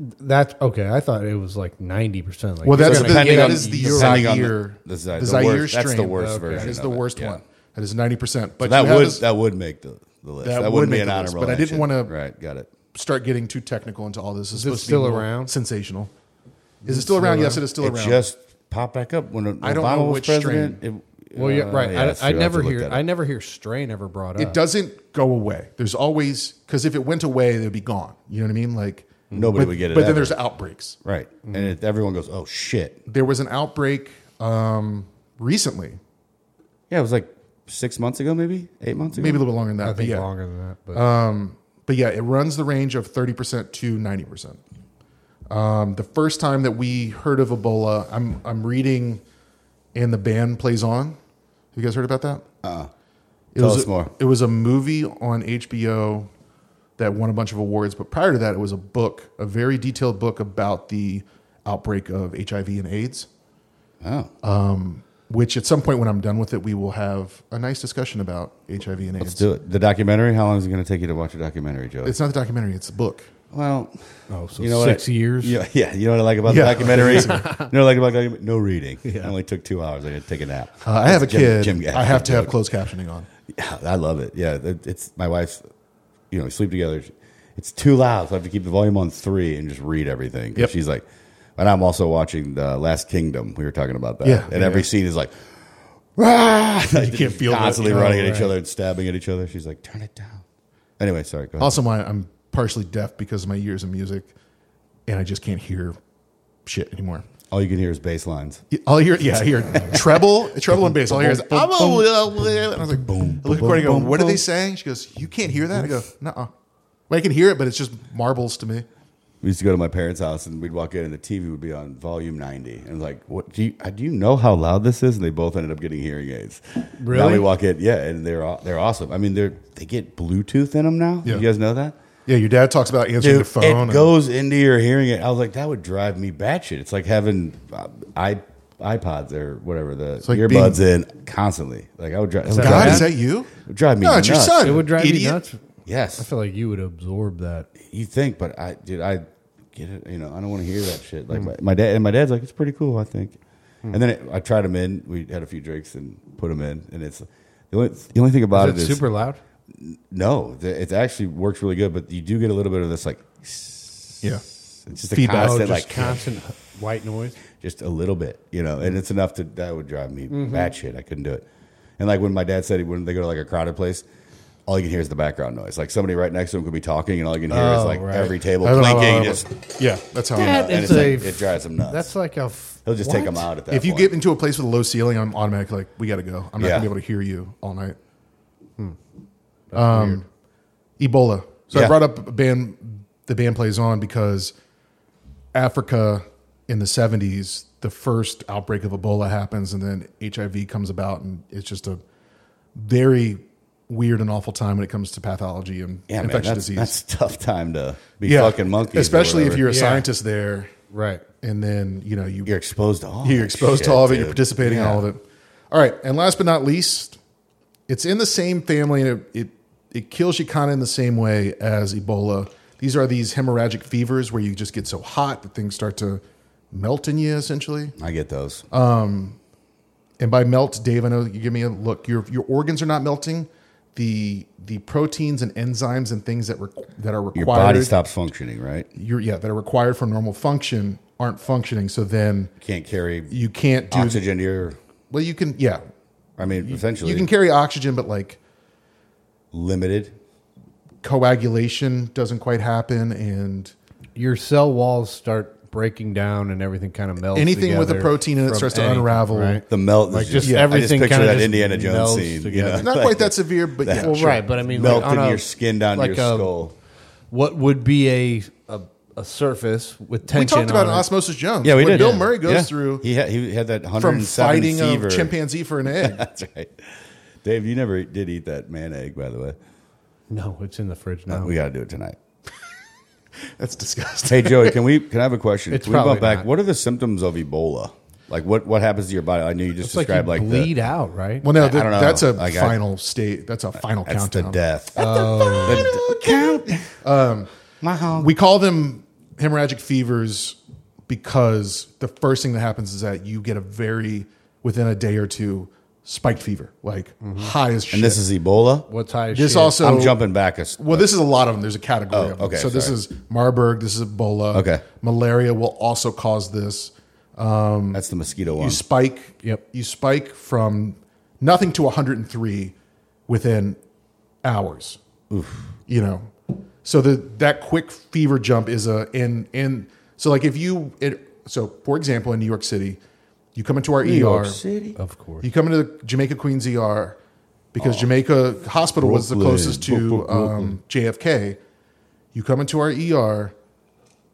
That's okay. I thought it was like ninety percent. Like Well, you're that's gonna the, depending that on- is the depending on the- Zaire, the the, Zaire- Zaire the worst- strain. that's the worst Okay. version That is the of it, worst yeah. one. That is ninety percent. But that you have would to s- that would make the, the list. That That, would wouldn't be make an the honorable. list, but I didn't mention. wanna- Right. Got it. start getting too technical into all this. It's it supposed still to be more around? Sensational. Is it still around? Yes, it is still It around. just popped back up when I don't Obama know was which president. It- Well, yeah, uh, right. yeah, that's I, I true. I'll have never to look hear. that I up. never hear strain ever brought it up. doesn't go away. There's always because if it went away, they'd be gone. You know what I mean? Like Nobody but, would get it But ever. then there's outbreaks. Right. And Mm-hmm. it, everyone goes, oh, shit. There was an outbreak um, recently, Yeah, it was like six months ago, maybe? Eight months ago? maybe a little bit longer than that. I but think yeah. Uh, longer than that. But But yeah, it runs the range of 30% to 90%. Um, the first time that we heard of Ebola, I'm, I'm reading And the Band Plays On. Have you guys heard about that? Uh, it Tell was us a, more. It was a movie on HBO that won a bunch of awards, but prior to that, it was a book, a very detailed book about the outbreak of HIV and AIDS, Oh. which at some point when I'm done with it, we will have a nice discussion about HIV and Let's AIDS. do it. The documentary, how long is it going to take you to watch a documentary, Joey? It's not the documentary, it's the book. well, oh, so you know what six I- years. Yeah, yeah, you know what I like about Yeah. the documentary? you know what I like about the documentary? No reading. It only took two hours. I had to take a nap. Uh, I have a Jim- kid. Jim Gaffigan I have to did have it. closed captioning on. Yeah, I love it. Yeah, it- it's my wife's. You know, we sleep together. It's too loud, so I have to keep the volume on three and just read everything. Yep. She's like, and I'm also watching the Last Kingdom. We were talking about that. Yeah, and yeah, every yeah. scene is like, "Rah!" Like, can't feel that. constantly Oh, running at each right. other and stabbing at each other. She's like, turn it down. Anyway, sorry. Go ahead. Also, my I'm partially deaf because of my years of music, and I just can't hear shit anymore. All you can hear is bass lines. All I hear, yeah, I hear treble, treble and bass. All I hear is I'm a little. And I was like, boom. I look at Courtney, and go, what are they saying? She goes, you can't hear that. I go, no. Well, I can hear it, but it's just marbles to me. We used to go to my parents' house and we'd walk in and the TV would be on volume 90. And like, what do you, uh, do you know how loud this is? And they both ended up getting hearing aids. Now Really? we walk in, yeah, and they're aw- they're awesome. I mean, they're they get Bluetooth in them now. Yeah. You guys know that? Yeah, your dad talks about answering the Dude, phone. it and- goes into your hearing aid. I was like, that would drive me batshit. It's like having uh, i iPods or whatever the like earbuds in constantly. Like I would drive. that God, bad? is that you? would drive me No, it's your nuts. son. It would drive me Idiot. nuts. I Yes, feel like you would absorb that. you think, but I dude, I get it. You know, I don't want to hear that shit. Hmm. Like my, my dad and my dad's like, it's pretty cool. I think. And then it, I tried them in. We had a few drinks and put them in, and it's the only, the only thing about Is it it is super loud? No, th- it actually works really good, but you do get a little bit of this like Yeah. it's just a Feedback. Oh, constant just like constant white noise. just a little bit, you know, and it's enough to that would drive me Mm-hmm. batshit. I couldn't do it. And like when my dad said when they go to like a crowded place, all you can hear is the background noise. Like somebody right next to him could be talking, and all you can hear is Oh, like right. every table I don't know how clinking. I Just, would- yeah, that's how. That I'm, and is it's like, a- it drives him nuts. That's like a. f- He'll just take what? him out at that. if you point. get into a place with a low ceiling, I'm automatically like, we got to go. I'm not Yeah. gonna be able to hear you all night. Hmm. Um, Ebola. So I Yeah. brought up a band. The band plays on because Africa in the 70s, the first outbreak of Ebola happens, and then HIV comes about, and it's just a very weird and awful time when it comes to pathology and yeah, man, infectious that's, disease. that's a tough time to be fucking monkeys, or especially if whatever. you're a Yeah. scientist there, Right. and then you know you you're exposed to all. you're that exposed to shit, all of it. You're dude. participating in Yeah. all of it. All right, and last but not least, it's in the same family, and it it, it kills you kind of in the same way as Ebola. These are these hemorrhagic fevers where you just get so hot that things start to melt in you, essentially. I get those. Uh, And by melt, Dave, I know you give me a look. Your your organs are not melting. The the proteins and enzymes and things that requ that are required Your body stops functioning, right? You your- yeah that are required for normal function aren't functioning. So then can't carry you can't do oxygen to your. well. You can yeah. I mean, essentially, You can carry oxygen, but like limited. coagulation doesn't quite happen and Your cell walls start breaking down and everything kind of melts. Anything with a together protein in it from starts to anything, unravel. Right? The melt is Like just I everything picture kinda that just Indiana Jones melds scene. You together. know? not Like, quite that severe but yeah, well, sure. right, but I mean, like, melting on a- your skin down like to your a- skull. What would be a a, a surface with tension? we talked about on it. osmosis jones Yeah, we when did. bill Yeah. murray goes Yeah. through He had, he had that from 107 fighting fever. a chimpanzee for an egg That's right. Dave, you never did eat that man egg, by the way. No, it's in the fridge now. We got to do it tonight. that's disgusting Hey, Joey, can we? Can I have a question? It's can we bump probably back? not. What are the symptoms of Ebola? Like what what happens to your body? I know you just it's like you described like, bleed the, out, right? well no I don't know. that's a Like, I- final state that's a final that's the countdown death. Oh. the final count. Um, My home. we call them hemorrhagic fevers because the first thing that happens is that you get a very within a day or two spiked fever like high as shit Mm-hmm. And this is Ebola. What's high? as this shit? also I'm jumping back. A, s- Well, this is a lot of them. There's a category. Oh, of them. okay, So this sorry. is Marburg. This is Ebola. Okay. Malaria will also cause this. that's the mosquito You one. spike. Yep. You spike from nothing to 103 within hours. You know, so the that quick fever jump is a and and so like if you it, so for example in New York City, you come into our ER. City. of course. You come into the Jamaica Queens ER because Jamaica Hospital was the Oh. Brooklyn. closest to Bro- bro- um, JFK. You come into our ER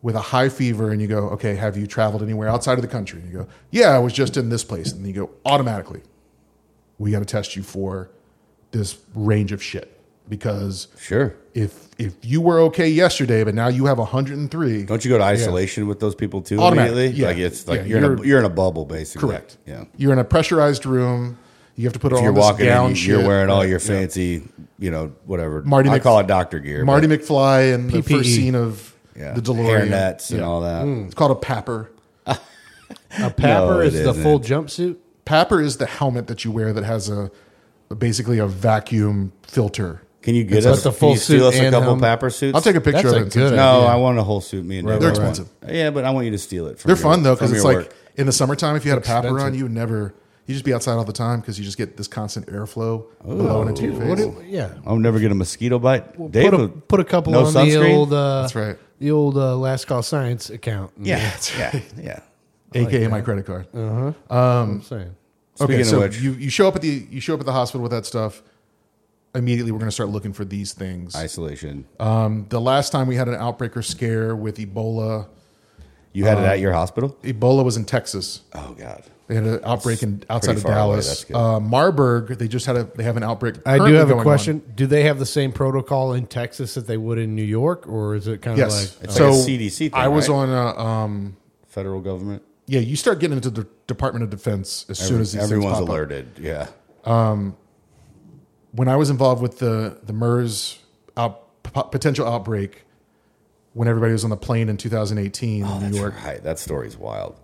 with a high fever and you go, okay, have you traveled anywhere outside of the country? And you go, yeah, I was just in this place. And then you go, automatically, we got to test you for this range of shit because Sure. if if you were okay yesterday, but now you have 103, Don't you go to isolation with those people too Automatic, immediately? yeah. Like it's like Yeah, you're, in a, you're- you're in a bubble basically. correct? Yeah. you're in a pressurized room. You have to put If on you're this walking gown in, you- you're shit. wearing all your Yeah. fancy, you know, whatever. Marty I Mc- call it doctor gear. Marty McFly and the PPE. first scene of but, E. yeah. the DeLorean. hairnets and Yeah. Mm. all that. It's called a papper. A papper No, it is the isn't. full jumpsuit. Papper is the helmet that you wear that has a basically a vacuum filter. Can you get That's us the can you full steal suit us a and couple helmet. papper suits? I'll take a picture That's of a it. good no, No, I want a whole suit. Me and Dave They're both want. expensive. Yeah, but I want you to steal it. From They're your- fun though because from it's your like work. in the summertime if you had a papper Expensive. on, you would never you just be outside all the time because you just get this constant airflow Oh. blowing into your face. What? do- yeah. I'll never get a mosquito bite. Dave, Put a, would- put a couple no on sunscreen? the old. Uh, That's right. The old uh, Last Call Science account. yeah, yeah, yeah. AKA my credit card. I'm saying. okay, Uh, Speaking so of which, you, you show up at the you show up at the hospital with that stuff. immediately we're going to start looking for these things. Um, Isolation. Uh, the last time we had an outbreak or scare with Ebola, you had it uh, at your hospital? Ebola was in Texas. Oh God. They had an outbreak in outside pretty of far away, Dallas. that's good. Uh, Marburg, they just had a they have an outbreak. I do currently have going a on. question. Do they have the same protocol in Texas that they would in New York, or is it kind of Yes, like? It's like a CDC thing, I was right? on a um, Federal government. yeah. You start getting into the Department of Defense as soon as these things Everyone's pop up. alerted. Yeah. when I was involved with the the MERS out, p- potential outbreak, when everybody was on the plane in 2018 Oh, in New York, Right. That story's wild.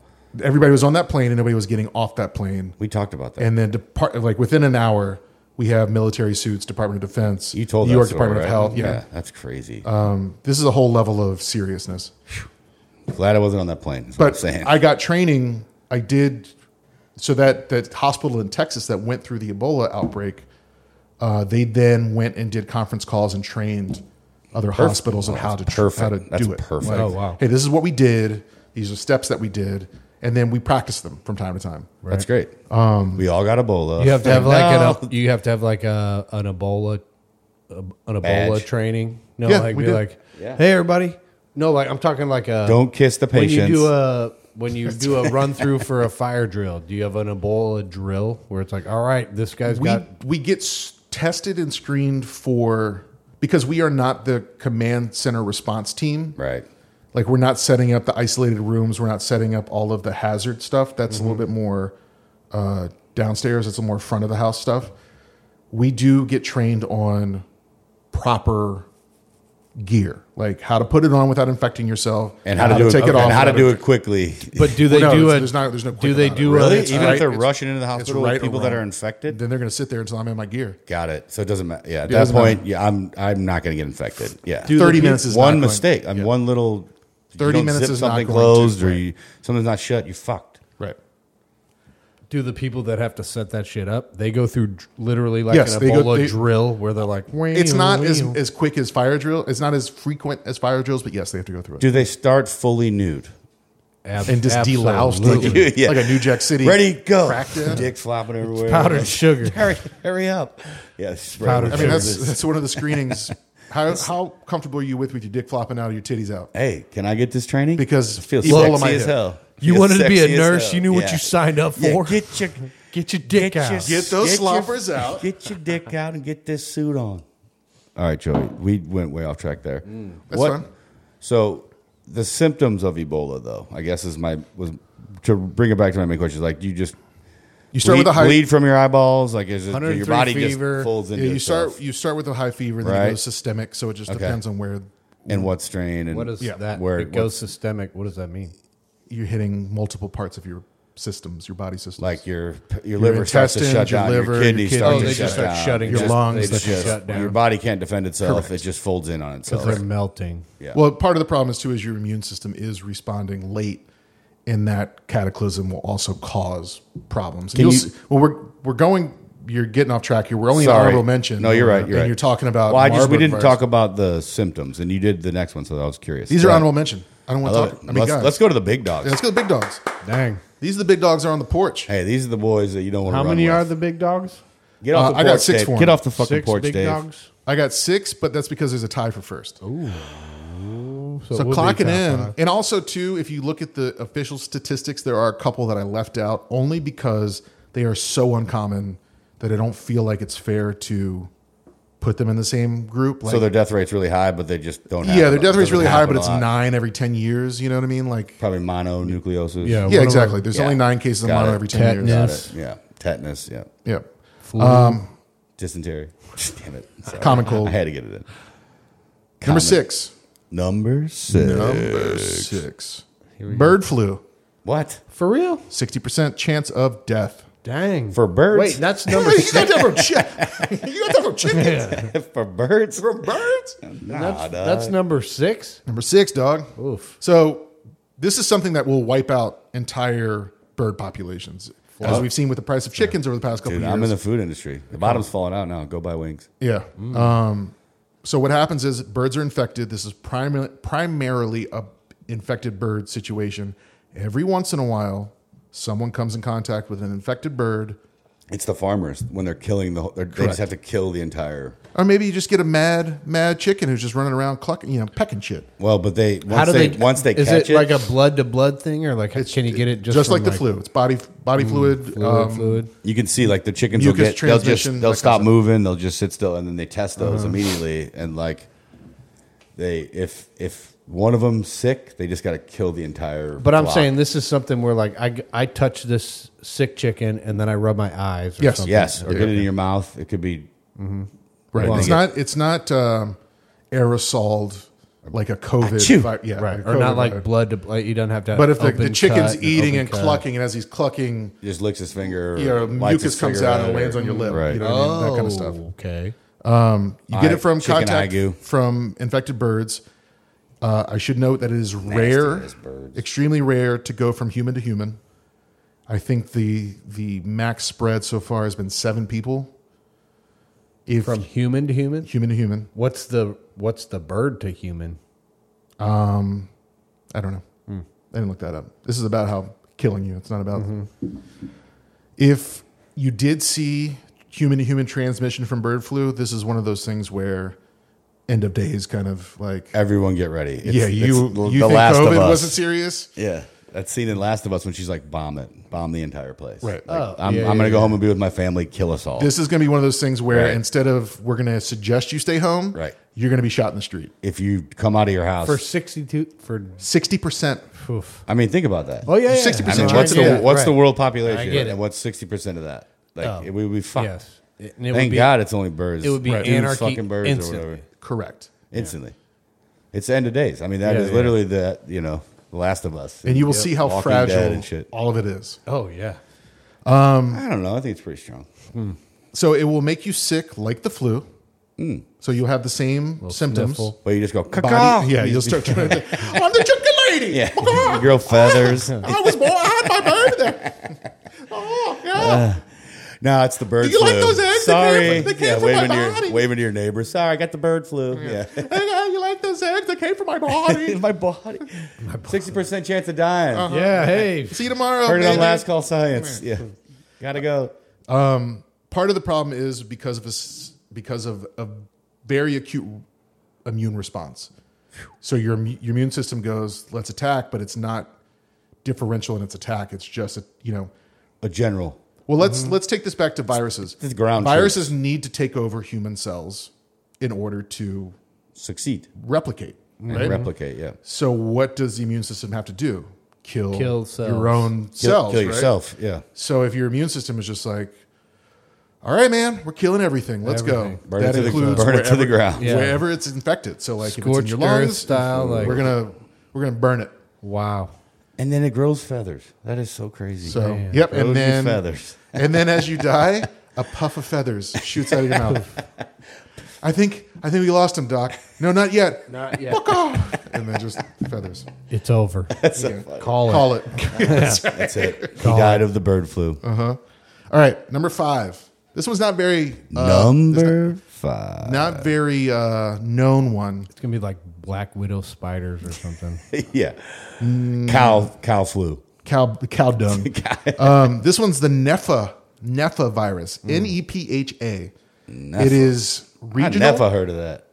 everybody was on that plane and nobody was getting off that plane. We talked about that. And then depart like within an hour, we have military suits, Department of Defense, you told New that York story, Department right? of Health. Um, Yeah. That's crazy. this is a whole level of seriousness. Glad I wasn't on that plane. Is what I'm But saying. I got training. I did so that that hospital in Texas that went through the Ebola outbreak. Uh, they then went and did conference calls and trained other hospitals on Oh, how to that's tr- how perfect. to That's do it. perfect. Like, Oh, wow. Hey, this is what we did. These are steps that we did, and then we practice them from time to time. That's great. um, we all got Ebola. You have to have like No. an you have to have like a an Ebola an Ebola Badge. training. No, Yeah, like we be do. like, Yeah. hey everybody. No, like I'm talking like a Don't kiss the when you patients. do a when you do a run through for a fire drill. Do you have an Ebola drill where it's like, all right, this guy's we got we get s- tested and screened for because we are not the command center response team. right. Like we're not setting up the isolated rooms. We're not setting up all of the hazard stuff. That's a Mm-hmm. little bit more uh, downstairs. It's a more front of the house stuff. We do get trained on proper gear, like how to put it on without infecting yourself, And how, to do it, take it and off, how to without do it quickly. But do they Well, no, do it's- a there's not- there's no do quick they about it. do Really? a, It's Even right- if they're it's- rushing into the It's hospital right with or people that are wrong. infected, Then they're gonna sit there until I'm in my gear. got it. So it doesn't matter. Yeah, at that doesn't point, yeah, I'm I'm not going to get infected. Yeah, Do the Thirty peop- minutes is one not going- mistake. I'm Yeah. one little. you 30 don't minutes zip is not something going to, closed, or right. you something's not shut. You fucked. Right. do the people that have to set that shit up? They go through dr- literally like Yes, an they Ebola go- they- drill where they're like, It's not as, "Wee-oo, wee-oo." as quick as fire drill. It's not as frequent as fire drills, but yes, they have to go through it. Do they start fully nude? Ab- and just deloused like, absolutely. a- Yeah. like a New Jack City. Ready, go. Cracked in. Dick flopping everywhere. powdered sugar. Hurry, hurry up. Yeah, spray Powdered I with mean, sugar. this. that's that's one of the screenings. How how comfortable are you with with your dick flopping out of your titties out? Hey, can I get this training? Because I feel Ebola sexy might as hit. hell. You Feel wanted to be a sexy as nurse. hell. You knew what Yeah. you signed up Yeah, for. get your Get your dick your- out. Get those your- sloppers out. Get your dick out and get this suit on. All right, Joey, we went way off track there. Mm, That's fine. So the symptoms of Ebola, though, I guess is my was to bring it back to my main question. is Like, do you just You start bleed, with a high bleed from your eyeballs? Like, is it, 103 your body fever. just folds yeah, into you itself? start you start with a high fever, then Right. it goes systemic. So it just depends on where and what strain and What is Yeah. that? Where- it goes systemic. What does that mean? you're hitting multiple parts of your systems, your body systems. like your your liver starts to intestines, shut your down, liver, your your kidneys kidneys. start Oh, to they shut just start down, shutting Your down. lungs They that just shut shut down. Your body can't defend itself; it just folds in on itself. They're melting. Yeah. Well, part of the problem is too is your immune system is responding late, and that cataclysm will also cause problems. And Can you'll you- see, well, we're we're going. You're getting off track here. We're only an Sorry. honorable mention. No, you're right. You're and right. you're talking about. Well, I just we Marburg didn't virus. talk about the symptoms, and you did the next one, so I was curious. These are But honorable mention. I don't I want to love talk. it. I mean, let's, guys, let's go to the big dogs. Yeah, let's go to the big dogs. Dang. These are the big dogs that are on the porch. Hey, these are the boys that you don't want to. How run many with. are the big dogs? Get off Uh, the I porch, got six Dave. for 'em. Get off the fucking Six porch, big Dave. dogs. I got six, but that's because there's a tie for first. So, So it would be clocking top in, five. and also too, if you look at the official statistics, there are a couple that I left out only because they are so uncommon that I don't feel like it's fair to put them in the same group. Like, So their death rate's really high, but they just don't. yeah, happen. their It death rate's doesn't really high, happen but a it's lot. nine every ten years. You know what I mean? Like, Probably mononucleosis. Yeah. yeah, one of exactly. them- There's Yeah. only nine cases of Got mono it. every ten years. Tetanus. yeah, tetanus, yeah, Yeah, Flu. dysentery. Damn it, Sorry. Common cold. I had to get it in. number Common. six. Number six. Number six. Bird flu. What For real? Sixty percent chance of death. Dang. for birds? Wait, that's number you six. got that from chickens. You got that from chickens. Yeah. for birds. From birds. Nah, That's, duh. that's number six. Number six, dog. Oof. So this is something that will wipe out entire bird populations, as we've seen with the price of chickens over the past couple Dude, of years. I'm in the food industry. The bottom's falling out now. Go buy wings. yeah. Um, so what happens is birds are infected. This is primar- primarily a infected bird situation. Every once in a while, someone comes in contact with an infected bird It's the farmers when they're killing the. whole- They're, they just have to kill the entire. Or maybe you just get a mad, mad chicken who's just running around clucking, you know, pecking shit. Well, but they once they, once they is catch it, like a blood to blood thing or like can you get it just, just from, Mm, like the flu. It's body body fluid. Fluid, um, fluid. You can see like the chickens will Mucus get they'll just transmission, they'll that stop kinda moving, they'll just sit still, and then they test those Uh-huh. immediately. And like they if if one of them sick, they just got to kill the entire. But I'm flock. saying this is something where like I, I touch this sick chicken and then I rub my eyes. Or Yes. something. yes, or get it in your mouth. It could be Right. Well, it's yeah. not. It's not um, aerosoled like a COVID. Achoo. vi- yeah. right, a or not COVID like virus. blood to blood. You don't have to. But if the, open the chicken's cut eating open and cut. clucking, and as he's clucking, he just licks his finger. you know, lights his mucus comes out cigarette and or- lands on your lip. Right. You know what I mean? That kind of stuff. Oh, Okay. You get Eye- it from chicken contact ague. from infected birds. Uh, I should note that it is rare, ass birds. extremely rare to go from human to human. I think the the max spread so far has been seven people. If From human to human. human to human, What's the what's the bird to human? I don't know. I didn't look that up. This is about how killing you. It's not about if you did see human to human transmission from bird flu. This is one of those things where end of days kind of like Everyone get ready. It's- yeah, it's you the you think Last of COVID Us. wasn't serious. Yeah. That scene in Last of Us when she's like, bomb it, bomb the entire place. Right. Like, Oh, I'm, yeah, I'm yeah, going to go yeah. home and be with my family, kill us all. This is going to be one of those things where Right. instead of we're going to suggest you stay home, Right. you're going to be shot in the street. if you come out of your house. For sixty two for. 60%. Oof. I mean, think about that. Oh yeah, yeah. 60% I mean, Yeah, what's I get the it. what's the Right. world I population, get it. and what's sixty percent of that? Like, Oh. it, we would be fucked. Yes. It- and it would Thank be- God it's only birds. it would be Dudes anarchy fucking birds or instantly. whatever. Correct. Instantly, it's the end of days. I mean, that Yeah, is yeah. literally the you know, the Last of Us. And you will see how Walking Dead fragile and shit. all of it is. Oh yeah. I don't know. I think it's pretty strong. So it will make you sick like the flu. So you'll have the same symptoms. sniffle. But you just go, Body- Caw-caw. yeah, you'll start trying to. I'm the chicken lady. yeah, you grow feathers. I was born. I had my birthday. Oh yeah. No, it's the bird Do you flu. like those eggs? They came Sorry, from- they came yeah, from waving my to body. your waving to your neighbor. Sorry, I got the bird flu. Yeah, Hey, uh, you like those eggs that came from my body? Uh-huh. my body, sixty percent chance of dying. Yeah. Hey. see you tomorrow. Heard it on baby. Last Call Science. Yeah, gotta go. part of the problem is because of a, s- because of a very acute immune response. So your immu- your immune system goes, let's attack, but it's not differential in its attack. It's just a, you know, A general. well let's let's take this back to viruses. Mm-hmm. it's ground viruses need to take over human cells in order to succeed replicate. and replicate. Yeah, So what does the immune system have to do? Kill, Kill cells. your own kill, cells. kill right? yourself. Yeah, So if your immune system is just like, all right, man, we're killing everything. Let's Everything. go. Burn it to the- burn it to wherever, the ground. Yeah. wherever it's infected. So like if it's Scorched in your earth lungs, style, like- we're gonna we're gonna burn it. Wow. and then it grows feathers. That is so crazy. So yep, Grows you and then feathers. and then as you die, a puff of feathers shoots out of your mouth. I think I think we lost him, Doc. No, not yet. Not yet. And then just feathers. It's over. Call it. Call it. That's it. He died of the bird flu. Uh-huh. All right, number five. This one's not very uh, Number five. not very uh, known one. It's gonna be like black widow spiders or something. yeah, Mm. cow cow flu. cow cow dung. um, this one's the Nepha Nepha virus. Hmm. N e p h a. It is I regional never heard of that.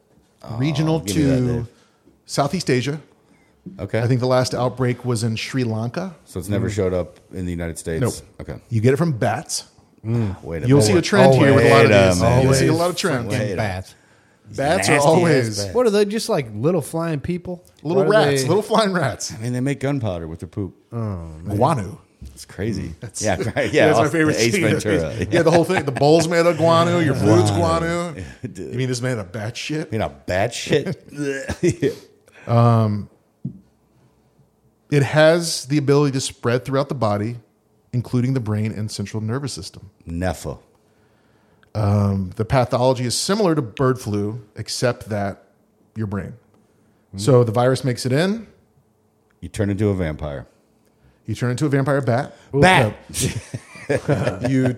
regional Oh, give me that, to Dave. Southeast Asia. Okay, I think the last outbreak was in Sri Lanka. so. It's never showed up in the United States. Mm-hmm. Nope. Okay. You get it from bats. Wait a minute. You'll see a trend here with a lot of Wait a these. minute. You'll see a Always lot of trends. freaking- Wait a- Bats. Bats are Nasty-ass always bats. What are they? Just like little flying people? little Why do rats, they- little flying rats. I mean, they make gunpowder with their poop. Guanu. It's crazy. yeah, right. yeah. Uh, mm, that's my off- favorite Ace scene. Ventura. Yeah. the whole thing. The bowl's made of guano. Your food's guano. You mean this made of bat shit? You know, bad shit. It has the ability to spread throughout the body, including the brain and central nervous system. Nepha. The pathology is similar to bird flu, except that your brain. Mm. So the virus makes it in, You turn into a vampire. you turn into a vampire bat. Bat. You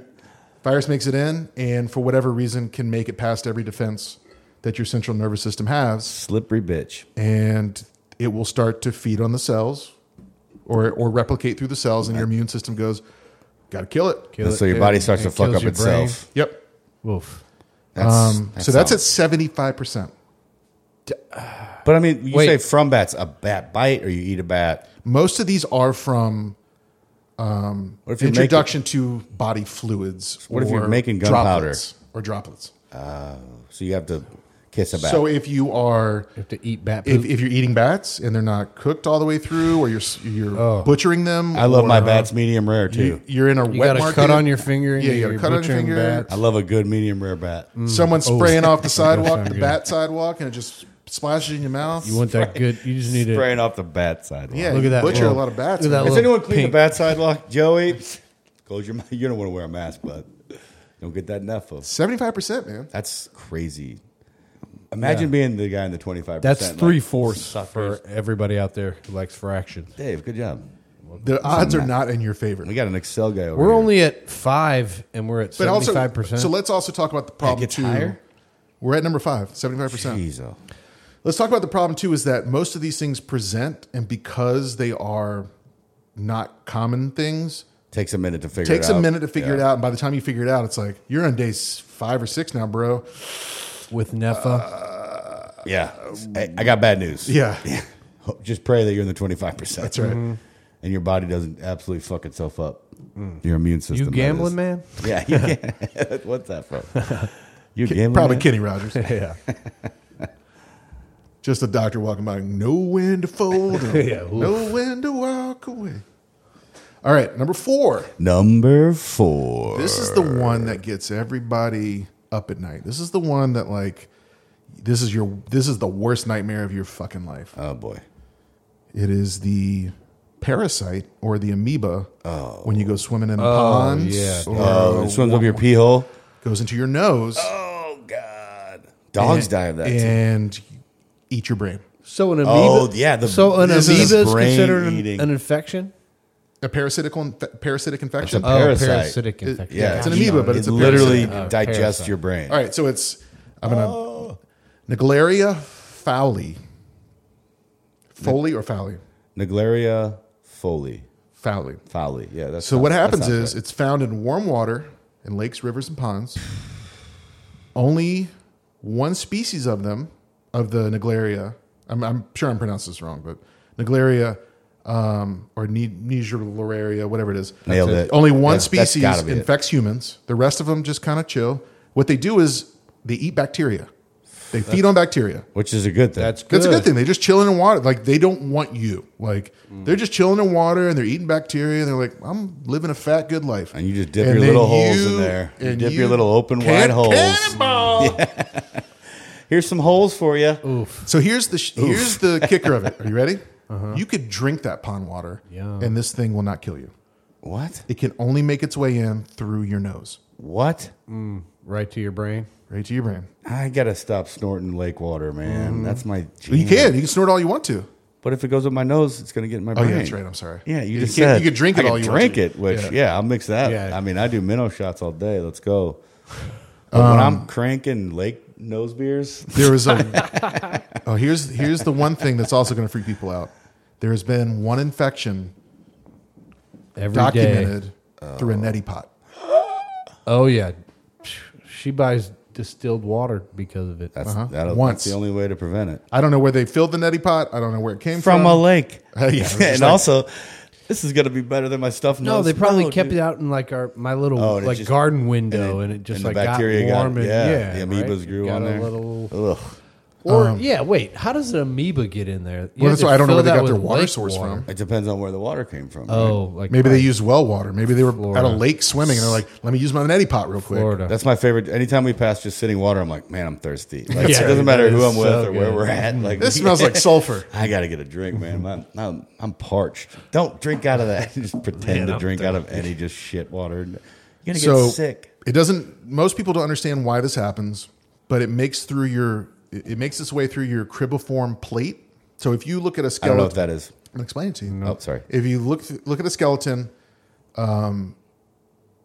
virus makes it in, and for whatever reason can make it past every defense that your central nervous system has, Slippery bitch. and it will start to feed on the cells or or replicate through the cells, and your immune system goes, Got to kill it. Kill so it, your dude. body starts It to fuck kills up your brain. itself. Yep. Woof. That's, Um, so that's how- at seventy five percent. But I mean, you Wait. say from bats, a bat bite, or you eat a bat. Most of these are from What if you make it- introduction to body fluids. What if you're or making gunpowder? droplets or droplets? So you have to kiss a bat. So if you are You have to eat bat poop. if, if you're eating bats and they're not cooked all the way through, or you're s- you're butchering them, Oh. I love or my bats medium rare too. You, you're in a you wet got to market. cut on your finger. and Yeah, you you're gotta cut on your butchering finger. bats. I love a good medium rare bat. Someone spraying off the sidewalk, sounds the good. bat sidewalk, and it just splashes in your mouth. You want that good? You just need to Spraying off the bat sidewalk. yeah, look you at that Butcher little- a lot of bats. look at that man. Has little- anyone cleaned pink. the bat sidewalk, Joey? Close your mouth. You don't want to wear a mask, but don't get that enough of. Seventy-five percent, man. That's crazy. Imagine being the guy in the twenty five. That's three fourths for everybody out there who likes fraction. Dave, good job. The odds are not in your favor. We got an Excel guy over We're here. only at five, and we're at But seventy also, five percent. so let's also talk about the problem gets too. higher? We're at number five, 75 percent. Jeez, oh. Let's talk about the problem too. Is that most of these things present, and because they are not common things, Takes a minute to figure. takes it out. a minute to figure it out. And by the time you figure it out, it's like you're on day s- five or six now, bro. with Nefa. uh, Yeah, Hey, I got bad news. Yeah. Just pray that you're in the twenty five percent. That's right. And your body doesn't absolutely fuck itself up. Your immune system. you that gambling is. man? Yeah. You can- What's that from? You gambling? Probably man? Kenny Rogers. yeah, Just a doctor walking by, no when to fold, 'em, Yeah, oof. no when to walk away. All right, number four. Number four. This is the one that gets everybody up at night. This is the one that like, this is your this is the worst nightmare of your fucking life. oh boy. It is the parasite or the amoeba when you go swimming in ponds. yeah. or Oh, it swims up your pee hole. goes into your nose. Oh God. Dogs die of that. too. and eat your brain. So an amoeba. Oh, yeah, the- so an this amoeba is is, brain considered an, eating. an infection. A parasitical inf- parasitic infection. a- Parasite. Oh, parasitic It- infection. Yeah, It's an amoeba, but it's it a literally parasite. digests parasite. your brain. All right, Uh, so it's I'm gonna Naglaria fowli, Foley or fowli, Naglaria foley, fowli. Fowley. Yeah, that's So what happens is it's found in warm water in lakes, rivers, and ponds. Only one species of them, of the Naglaria, I'm, I'm sure I'm pronouncing this wrong, but Naglaria um, or Ne- Nigelaria, whatever it is. Nailed it. Only one That's- that's species gotta be it. infects humans. The rest of them just kind of chill. What they do is they eat bacteria. They feed on bacteria. which is a good thing. That's good. That's a good thing. They just chilling in water. Like they don't want you. Like they're just chilling in water and they're eating bacteria. And they're like, I'm living a fat good life. And you just dip And your then little holes you- in there. You and dip you your little open can- wide holes. cannonball! Here's some holes for you. So here's the sh- here's the kicker of it. Are you ready? Uh-huh. You could drink that pond water, Yum. and this thing will not kill you. What? It can only make its way in through your nose, What? Right to your brain. right to your brain. I gotta stop snorting lake water, man. That's my. But Mm-hmm. you jam. can. You can snort all you want to. But if it goes up my nose, it's gonna get in my Oh, brain. yeah, that's right. I'm sorry. Yeah, you, You just can't- said you could drink it I could all you want drink to. it, which Yeah. yeah. I'll mix that. Yeah. I mean, I do minnow shots all day. Let's go. But Um, when I'm cranking lake nose beers, There was a. oh, here's here's the one thing that's also going to freak people out. There has been one infection Every day. documented through a neti pot. Oh yeah, she buys distilled water because of it. that's Uh-huh. that'll, Once. that's the only way to prevent it I don't know where they filled the neti pot. I don't know where it came from. from a lake. Yeah, it was just and like- also, this is gonna be better than my stuff. No, they probably kept it out in like our my little Oh, and it like just- garden window, and it, just and like the got bacteria got- warm and yeah, yeah, the amoebas right? grew Got on a there. Um, little- Ugh. or yeah, wait, how does an amoeba get in there? You Well, have that's to why I don't know fill where they that got their with water lake source from. It depends on where the water came from. right? Oh, like Maybe they like used well water. Maybe they were at Florida. a lake swimming and they're like, let me use my neti pot real quick. Florida. That's my favorite. Anytime we pass just sitting water, I'm like, man, I'm thirsty. Like, Yeah, it doesn't that matter is who I'm with so or where good. we're at. Like, This smells like sulfur. I gotta get a drink, man. I'm, I'm, I'm parched. Don't drink out of that. Just pretend to drink out of any just shit water. You're gonna So get sick. it doesn't, most people don't understand why this happens, but it makes through your, it it makes its way through your cribiform plate. So if you look at a I don't skeleton, know if that is. I'm gonna explain it to you. Oh, sorry. If you look look at a skeleton, um,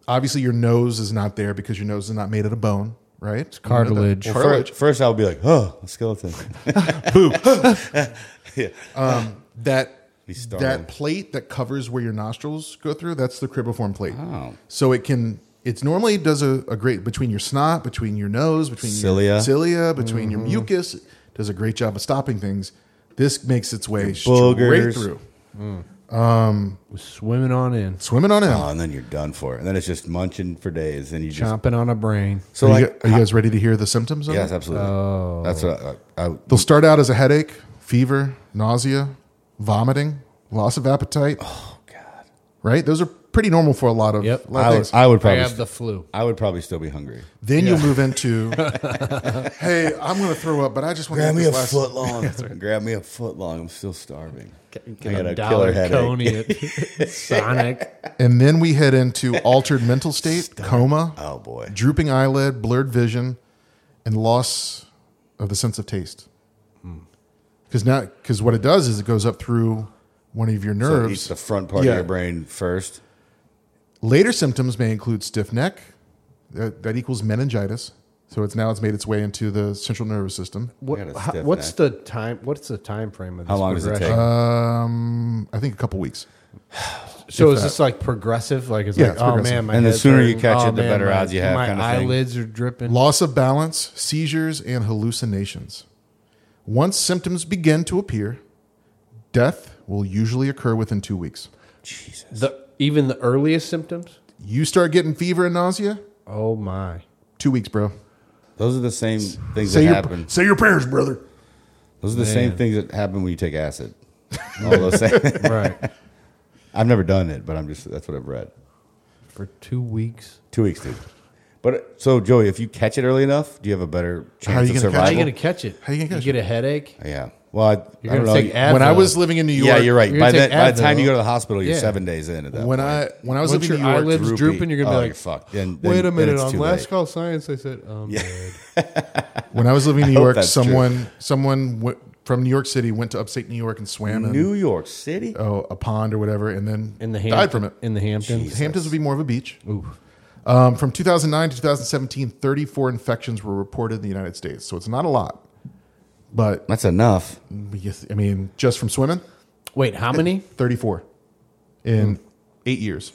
obviously your nose is not there because your nose is not made out of bone, right? It's cartilage. Well, Well, cartilage. First, first, I'll be like, oh, a skeleton. that Be startled. that plate that covers where your nostrils go through that's the cribiform plate Wow. so it can it's normally does a, a great between your snot between your nose between your Cilia. cilia between your mucus does a great job of stopping things this makes its way straight boogers. through Swimming on in, swimming on out Oh, and then you're done for. And then it's just munching for days. And you just chomping on a brain. so are, you, like gu- are you guys ready to hear the symptoms of yes, it? absolutely. Oh. That's what I, I, I they'll start out as a headache fever nausea vomiting loss of appetite oh god. right those are pretty normal for a lot of, Yep. a lot of I things. would, I would I probably have st- the flu. I would probably still be hungry. Then you'll move into, hey, I'm going to throw up, but I just want to last. long. Grab me a foot long. I'm still starving. I Get got a a dollar killer Coney headache. at Sonic. And then we head into altered mental state, coma, Oh boy. drooping eyelid, blurred vision, and loss of the sense of taste. Hmm. Because now, because what it does is it goes up through one of your So it nerves. eats the front part Yeah. of your brain first. Later symptoms may include stiff neck, uh, that, that equals meningitis. So it's now it's made its way into the central nervous system. What, got a how, stiff what's neck. the time? What's the time frame of this? How long does it progression? take? Um, I think a couple weeks. So is this like progressive? Like it's Yeah, like, it's oh progressive. man, my And the head's sooner you hurting. catch Oh, it, the man, better my- odds you have My kinda thing. eyelids are dripping. loss of balance, seizures, and hallucinations. Once symptoms begin to appear, death will usually occur within two weeks. Jesus. The even the earliest symptoms. You start getting fever and nausea, Oh my! two weeks, bro. Those are the same things Say that your, happen. say your prayers, brother. Those are the same Man. things that happen when you take acid. All those same- Right I've never done it, but I'm just that's what I've read. for two weeks. Two weeks, dude. But so Joey, if you catch it early enough, do you have a better chance How you of gonna catch survival? How are you gonna catch it? How you gonna catch you get a headache? yeah. Well, I, You're I gonna don't know. take Advil. When I was living in New York, yeah, you're right. You're by, gonna that, take by the time you Advil. go to the hospital, you're Yeah. seven days in at that When point. I when I was Once living in your New York, eyelids drooping, you're gonna be oh, like, you're fucked. Then, then- Wait a then minute. it's On too last late. call science, I said, um, dead. when I was living in New hope York, that's true. someone someone w- from New York City went to upstate New York and swam in New York City. oh, a pond or whatever, and then in the Hamptons. died from it. In the Hamptons. Hamptons would be more of a beach. Um, from 2009 to 2017, 34 infections were reported in the United States. So it's not a lot, but That's enough. yes, I mean, just from swimming, Wait, how many? 34 in Mm. eight years.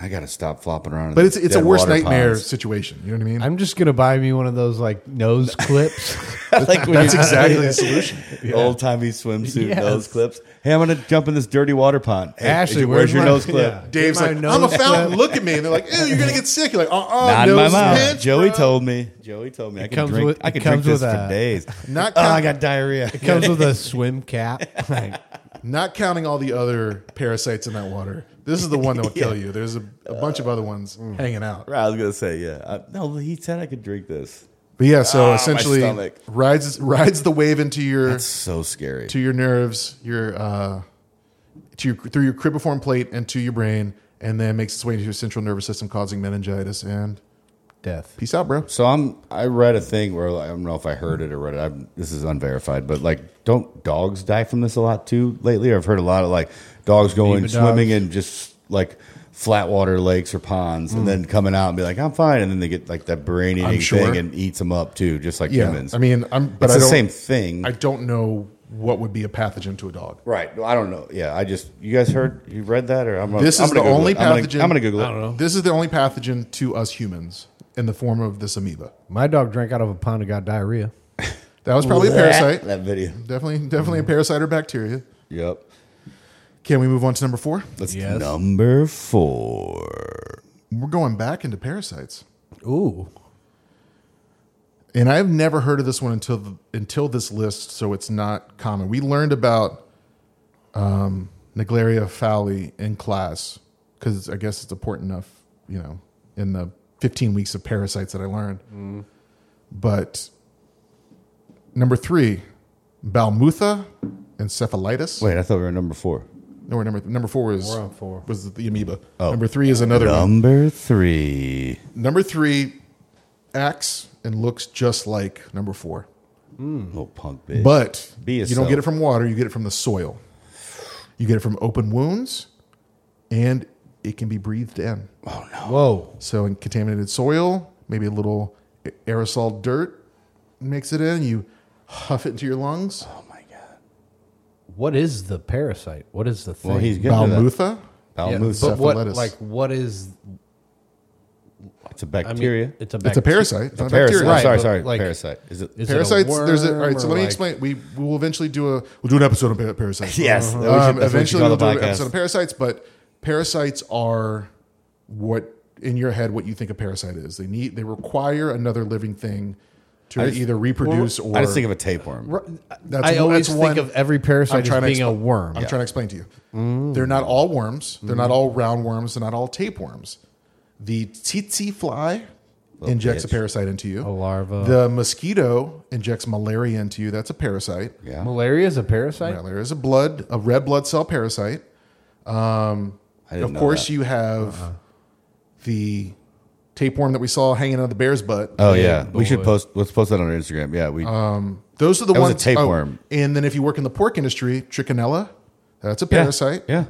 I gotta stop flopping around. in But these it's it's a dead worst water nightmare ponds. situation. You know what I mean? I'm just gonna buy me one of those like nose clips. like when That's you- exactly the solution. Old timey swimsuit Yes. nose clips. Hey, I'm gonna jump in this dirty water pond. Hey, Ashley, Ashley, where's, where's your my- nose clip? yeah. Dave's Get my like, nose I'm a fountain. Look at me, and they're like, "Ew, you're gonna get sick." You're like, "Uh, Oh, uh Not in my nose mouth. pinch, Joey bro." told me. Joey told me I can comes drink. with- I it can comes drink this with for a- days. Not oh, count- I got diarrhea. It comes with a swim cap. Like, Not counting all the other parasites in that water. This is the one that will kill you. There's a, a bunch of other ones Mm. hanging out. I was gonna say yeah. I, no, he said I could drink this. But yeah, so Ah, my essentially stomach. rides rides the wave into your That's so scary. to your nerves, your uh, to your through your cribiform plate and to your brain, and then makes its way into your central nervous system, causing meningitis. And Death. peace out, bro. So I'm. I read a thing where I don't know if I heard it or read it. I'm, this is unverified, but like, don't dogs die from this a lot too lately? I've heard a lot of like dogs going Beaver swimming dogs. in just like flat water lakes or ponds, Mm. and then coming out and be like, I'm fine, and then they get like that brain eating sure. thing and eats them up too, just like Yeah, humans. I mean, I'm but it's I the don't, same thing, I don't know what would be a pathogen to a dog. right? I don't know. Yeah, I just you guys heard you read that or I'm. Gonna, This I'm is gonna the Google only it. I'm gonna- pathogen- I'm gonna Google it. I don't know. This is the only pathogen to us humans in the form of this amoeba. My dog drank out of a pond and got diarrhea. That was probably a parasite. That video. Definitely, definitely a parasite or bacteria. Yep. Can we move on to number four? That's Yes. number four. We're going back into parasites. Ooh. and I've never heard of this one until until this list, so it's not common. We learned about um, Naglaria fowli in class because I guess it's important enough, you know, in the 15 weeks of parasites that I learned. Mm-hmm. But number three, Balmutha encephalitis. Wait, I thought we were number four. No, we're number number four was We're on four. was the amoeba. Number three is another one. Number three. Number three acts and looks just like number four. Hmm. Little punk bitch. But Be you don't yourself. get it from water, you get it from the soil. You get it from open wounds and it can be breathed in. Whoa. So in contaminated soil, maybe a little aerosol dirt makes it in, you huff it into your lungs. oh my god. what is the parasite? What is the thing? Well, he's getting to that. Balmutha? Yeah, Balmuth. but what, Encephalitis. like, what is? it's I a mean, bacteria. It's it's a a bacteria. parasite. It's not parasite. bacteria. Right, sorry, but sorry. like- parasite. Is it? Is it a Parasites. there's a, all worm right. So or let me like- explain. We we will eventually do a we'll do an episode on pa- parasites. Yes, that we should- Um, that's what we should eventually call we'll do the an podcast. episode on parasites, but parasites are what in your head what you think a parasite is. They need they require another living thing to I just- either reproduce or I just think of a tapeworm. Ru- That's I one- always that's think one- of every parasite as trying to being a expl- worm. I'm trying to explain to you. Mm. They're not all worms. Mm-hmm. They're not all roundworms. They're not all tapeworms. The tsetse fly injects a bitch. Oh, parasite into you. A larva. The mosquito injects malaria into you. That's a parasite. Yeah. Malaria is a parasite. Malaria is a blood, a red blood cell parasite. I didn't Of know course, that. you Uh-huh. have the tapeworm that we saw hanging out of the bear's butt. Oh yeah, we should boy. post. Let's post that on our Instagram. Yeah, we. Uh, Those are the That was a ones. oh, tapeworm. and then if you work in the pork industry, trichinella, that's a yeah, parasite. Yeah.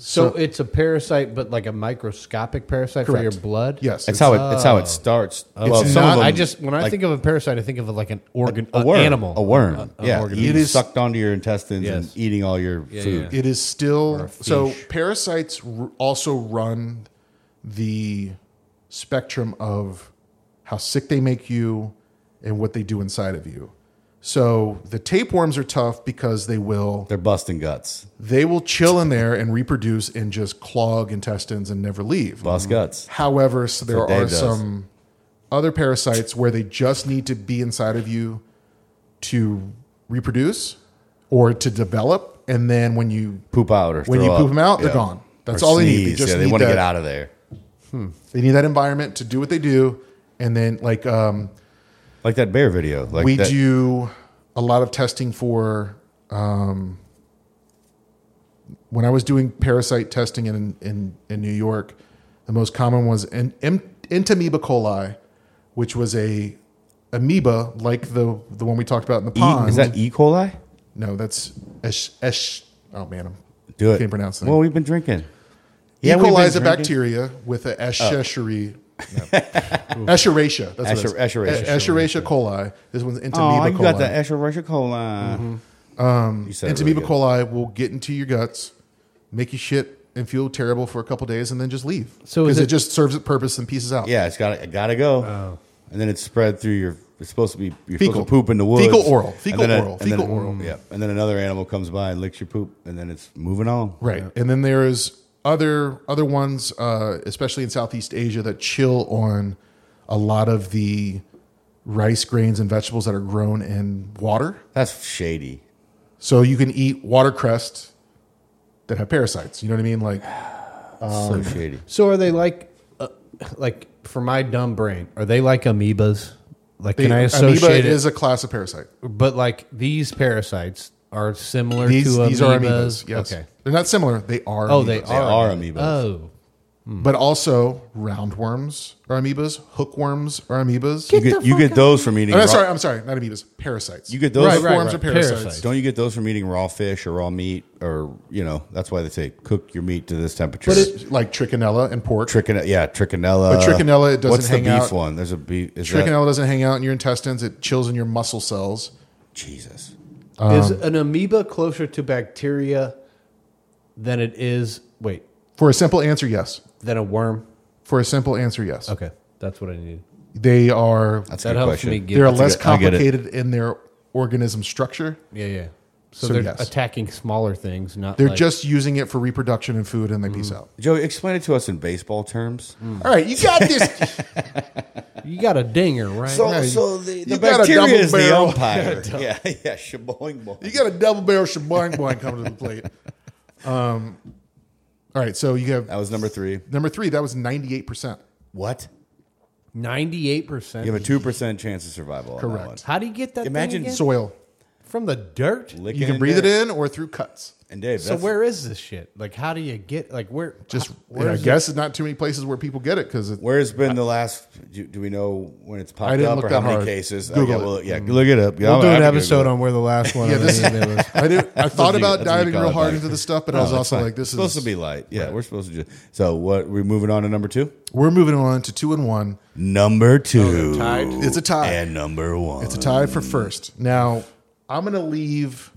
So, it's a parasite, but like a microscopic parasite Correct. for your blood. Yes. That's how it. That's how it starts. well, It's some not- of them, I just when I like think of a parasite, I think of like an organ, a a worm, animal, a worm. yeah, organ. you It is- sucked onto your intestines and Yes. eating all your food. it is still a so fish. parasites r- also run the spectrum of how sick they make you and what they do inside of you so the tapeworms are tough because they will They're busting guts. Mm-hmm. they will chill in there and reproduce and just clog intestines and never leave Bust guts. however so there what Dave are does. some other parasites where they just need to be inside of you to reproduce or to develop and then when you Poop out or When throw you poop up. them out, they're Yeah. gone. That's Or all they need. They sneeze. just yeah, they need want to that- get out of there. They need that environment to do what they do. And then, like, um, Like that bear video. Like we that- do a lot of testing for. Um, when I was doing parasite testing in, in, in New York, the most common was en- em- entamoeba coli, which was a amoeba like the the one we talked about in the E- pond. is that E. coli? no, that's esh, esh. Oh man, I'm, Do it. Can't pronounce that. Well, we've been drinking. E. we've coli been is a drinking. Oh. bacteria with a Escherichia. Escherichia. That's what it is. Escher- Escherichia. E- Escherichia coli. This one's Oh, Entamoeba you got the coli. Mm-hmm. Escherichia coli. Um, you said it really Entamoeba good. coli will get into your guts, make you shit and feel terrible for a couple days, and then just leave. So is because it, it- just serves its purpose and pieces out. Yeah, it's got to gotta go. Oh. And then it's spread through your. It's supposed to be you're Fecal. supposed to poop in the woods. Fecal oral. And Fecal then a- oral. and then Fecal a- oral. Yeah, and then another animal comes by and licks your poop, and then it's moving on. Right. And then there's other other ones, uh, especially in Southeast Asia, that chill on a lot of the rice grains and vegetables that are grown in water. That's shady. So you can eat watercress that have parasites. You know what I mean? Like Um, so shady. So are they like, uh, like for my dumb brain, are they like amoebas? Like can I amoeba associate it? is a class of parasite. but like these parasites are similar These, to amoebas. these are amoebas. Yes. Okay. They're not similar. They are. Oh, they amoebas. They are are amoebas. Uh, Oh, But also roundworms are amoebas. Hookworms are amoebas. You get you get those from eating. I'm raw- sorry. I'm sorry. Not amoebas. Parasites. You get those. Right, right, Hookworms right. are parasites. Parasites. Don't you get those from eating raw fish or raw meat or you know? That's why they say cook your meat to this temperature. like trichinella and pork. Trichin- yeah, trichinella. But trichinella, it doesn't What's hang the beef out. one? There's a beef. Is that- Trichinella doesn't hang out in your intestines. It chills in your muscle cells. Jesus. is Um, an amoeba closer to bacteria than it is? Wait, For a simple answer, yes. than a worm? For a simple answer, yes. Okay, that's what I needed. They are That's a That good helps question. me get. they're a less good- I get it. complicated in their organism structure. yeah, yeah. So, So they're yes. attacking smaller things, not They're like- just using it for reproduction and food, and they Mm. peace out. Joey, explain it to us in baseball terms. All right, you got this. you got a dinger, right? Yeah, you- the, you got a double barrel. umpire. yeah, yeah, shaboing ball. you got a double barrel shabang boing coming to the plate. Um, all right, so you That have was number three. number three. That was ninety eight percent. What? Ninety-eight percent. You have a two percent chance of survival. On Correct. That one. How do you get that? Imagine Imagine again? Soil. from the dirt. Licking You can and uh, breathe it Dave. in or through cuts. And Dave, So that's- where is this shit? Like, how do you get? Like, where? Just how- I is it? guess it's not too many places where people get it because Where's been the last? Do, do we know when it's popped didn't up look or that how many hard. cases? Google yeah, it. Hmm. well, yeah, look it up. Yeah, We'll I'll do an have to episode Google it. on where the last one. Yeah, on this- the end was. I did, I thought That's what about you- that's what you diving call real it hard back. into this stuff, but No, I was that's also fine. like, this It's supposed is. to be light. Yeah, we're supposed to. Just, so what? We're moving on to number two. We're moving on to two and one. Number Oh, two. It's a tie. And number one. It's a tie for first. Now, I'm going to leave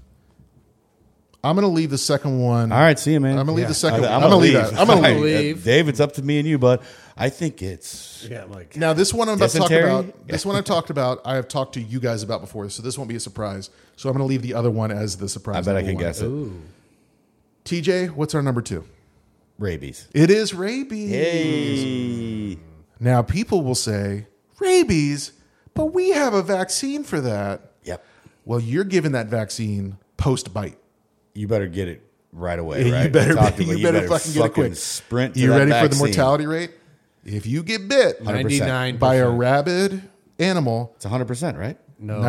I'm going to leave the second one. All right, see you, man. I'm going to leave the second one. I- I'm going to leave that. I'm going to Fine. leave. leave. Dave, it's up to me and you, but I think it's Yeah, I'm like Now this one I'm about to Dysentery? talk about. This one I talked about. I have talked to you guys about before, so this won't be a surprise. So I'm going to leave the other one as the surprise. I bet I number can one. guess it. TJ, what's our number two? Rabies. It is rabies. Hey. Now people will say rabies, but we have a vaccine for that. Yep. Well, you're given that vaccine post bite. You better get it right away, You right? better, We talked about- you, better, fucking get it quick. Sprint. to you that ready for the vaccine. mortality rate? If you get bit 99 by a rabid animal, It's 100%, right? no.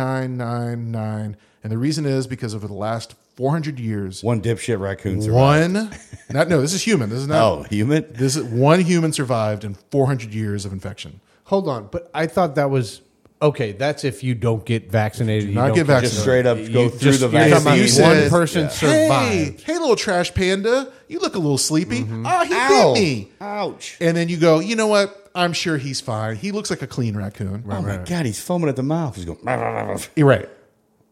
99.9999 and the reason is because over the last 400 years One dipshit raccoon survived. one not no this is human this is not Oh, human? this is one human survived in 400 years of infection Hold on, but I thought that was okay. That's if you don't get vaccinated. you not don't get Just vaccinated. straight up go You through just- the you're talking vaccine. about You one said- person hey survived. hey little trash panda you look a little sleepy oh he Ow. bit me Ouch. and then you go you know what i'm sure he's fine he looks like a clean raccoon Oh my God, he's foaming at the mouth. He's going, "Rah, rah, rah, rah." you're right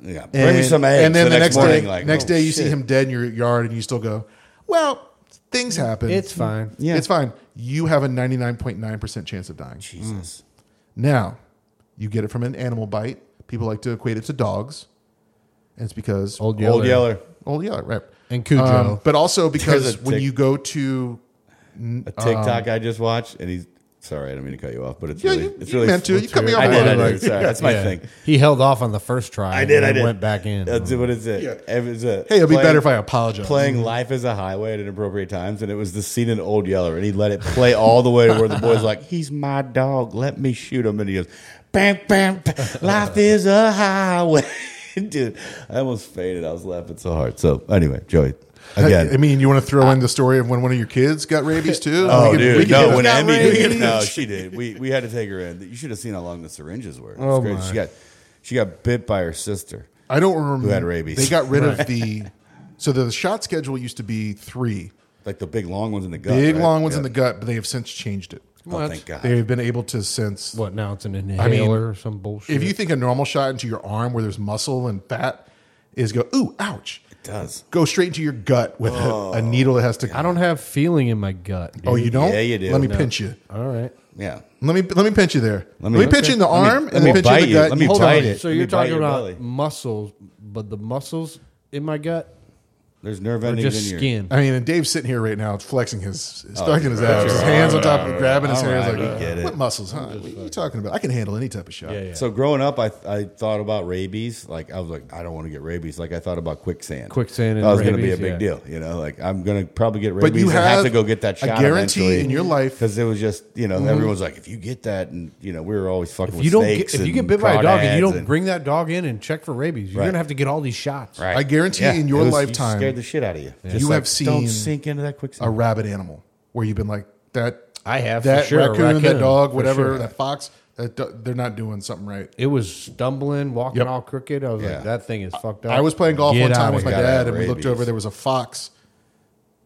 yeah, bring me some eggs. and then the, next, morning, day, like, next oh, day you see shit. him dead in your yard and you still go well things happen It's fine. Yeah. It's fine. You have a 99.9% chance of dying. Jesus. Now, you get it from an animal bite. People like to equate it to dogs. And it's because Old Old Yeller. oh yeah, right. and Cujo. Um, but also because There's a when tick. you go to A TikTok I just watched, and he's sorry. I didn't mean to cut you off, but it's yeah, really, you, it's you really meant to. You cut me off. I did. I on it. did. Sorry, that's my thing. He held off on the first try. I did. and I then did. Went back in. That's what is it? Yeah. It was a Hey, it'd be playing- better if I apologize. Mm-hmm. playing "Life Is a Highway" at inappropriate times, and it was the scene in Old Yeller, and he let it play all the way to where the boy's like, "He's my dog. Let me shoot him," and he goes, "Bam, bam, bam. life is a highway." Dude, I almost faded. I was laughing so hard. So anyway, Joey, again, I mean, you want to throw in the story of when one of your kids got rabies too? Oh, We could- we dude, could no, get- when got Emmy, rabies. no, she did. We we had to take her in. You should have seen how long the syringes were. It was Oh, crazy. my. She got she got bit by her sister. I don't remember Who had rabies. They got rid of the so the shot schedule used to be three Like the big long ones in the gut. big right? long ones in Yeah. the gut, but they have since changed it. Oh, What? thank God. They've been able to since what now? It's an inhaler mean, or some bullshit. if you think a normal shot into your arm where there's muscle and fat is go ooh ouch It does. go straight into your gut with a, a needle that has to I don't have feeling in my gut. dude. oh you don't Oh, Yeah, you do. let me No. pinch you All right. Yeah. let me let me pinch you there let Let me, me- pinch you in the Let me- arm let and me then pinch you in bite the you. gut Let me Hold bite on. it. So Let you're me bite talking your about belly. muscles, but the muscles in my gut There's nerve are endings just in your skin. I mean, and Dave's sitting here right now, flexing his, he's flexing his abs, his hands on top of grabbing his Oh, All hands. right, like, we get it. what muscles, huh? What are you talking about? I can handle any type of shot. Yeah, yeah. So growing up, I I thought about rabies. Like I was like, I don't want to get rabies. Like I thought about quicksand. Quicksand and that was going to be a rabies, big yeah. deal. You know, like I'm going to probably get rabies. But you and have, have to go get that a shot. guarantee in your life- Mm-hmm. because it was just you know everyone's like, if you get that, and you know we were always fucking. If with you don't snakes get, if you and get bit by a dog and you crawdads don't bring that dog in and check for rabies, you're Right. gonna have to get all these shots. Right. I guarantee in your It was- lifetime, you scared the shit out of you. Just you like, have seen don't sink into that a quicksand. rabid animal where you've been like that. I have, for that sure, a raccoon, that raccoon, dog, for whatever, sure. that fox. That do- they're not doing something right. It was stumbling, walking Yep. all crooked. I was Yeah. like, that thing is fucked up. I was playing golf Get one out time of with my here. here. Gotta dad, have and we looked rabies. over. There was a fox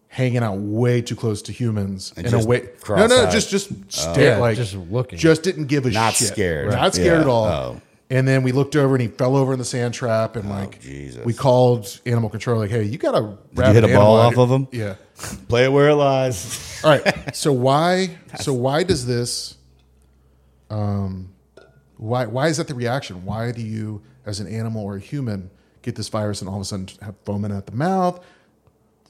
hanging out way too close to humans And in a just way. No, no, cross-eyed. just just stare Yeah, like just looking. Just didn't give a Not shit. scared. Not scared Yeah. at all. Oh. And then we looked over, and he fell over in the sand trap, and like Jesus. we called animal control, like, "Hey, you got a you hit a ball off of of him? Yeah. Play it where it lies. All right. So why? So why does this? Um, why why is that the reaction? Why do you, as an animal or a human, get this virus and all of a sudden have foaming at the mouth?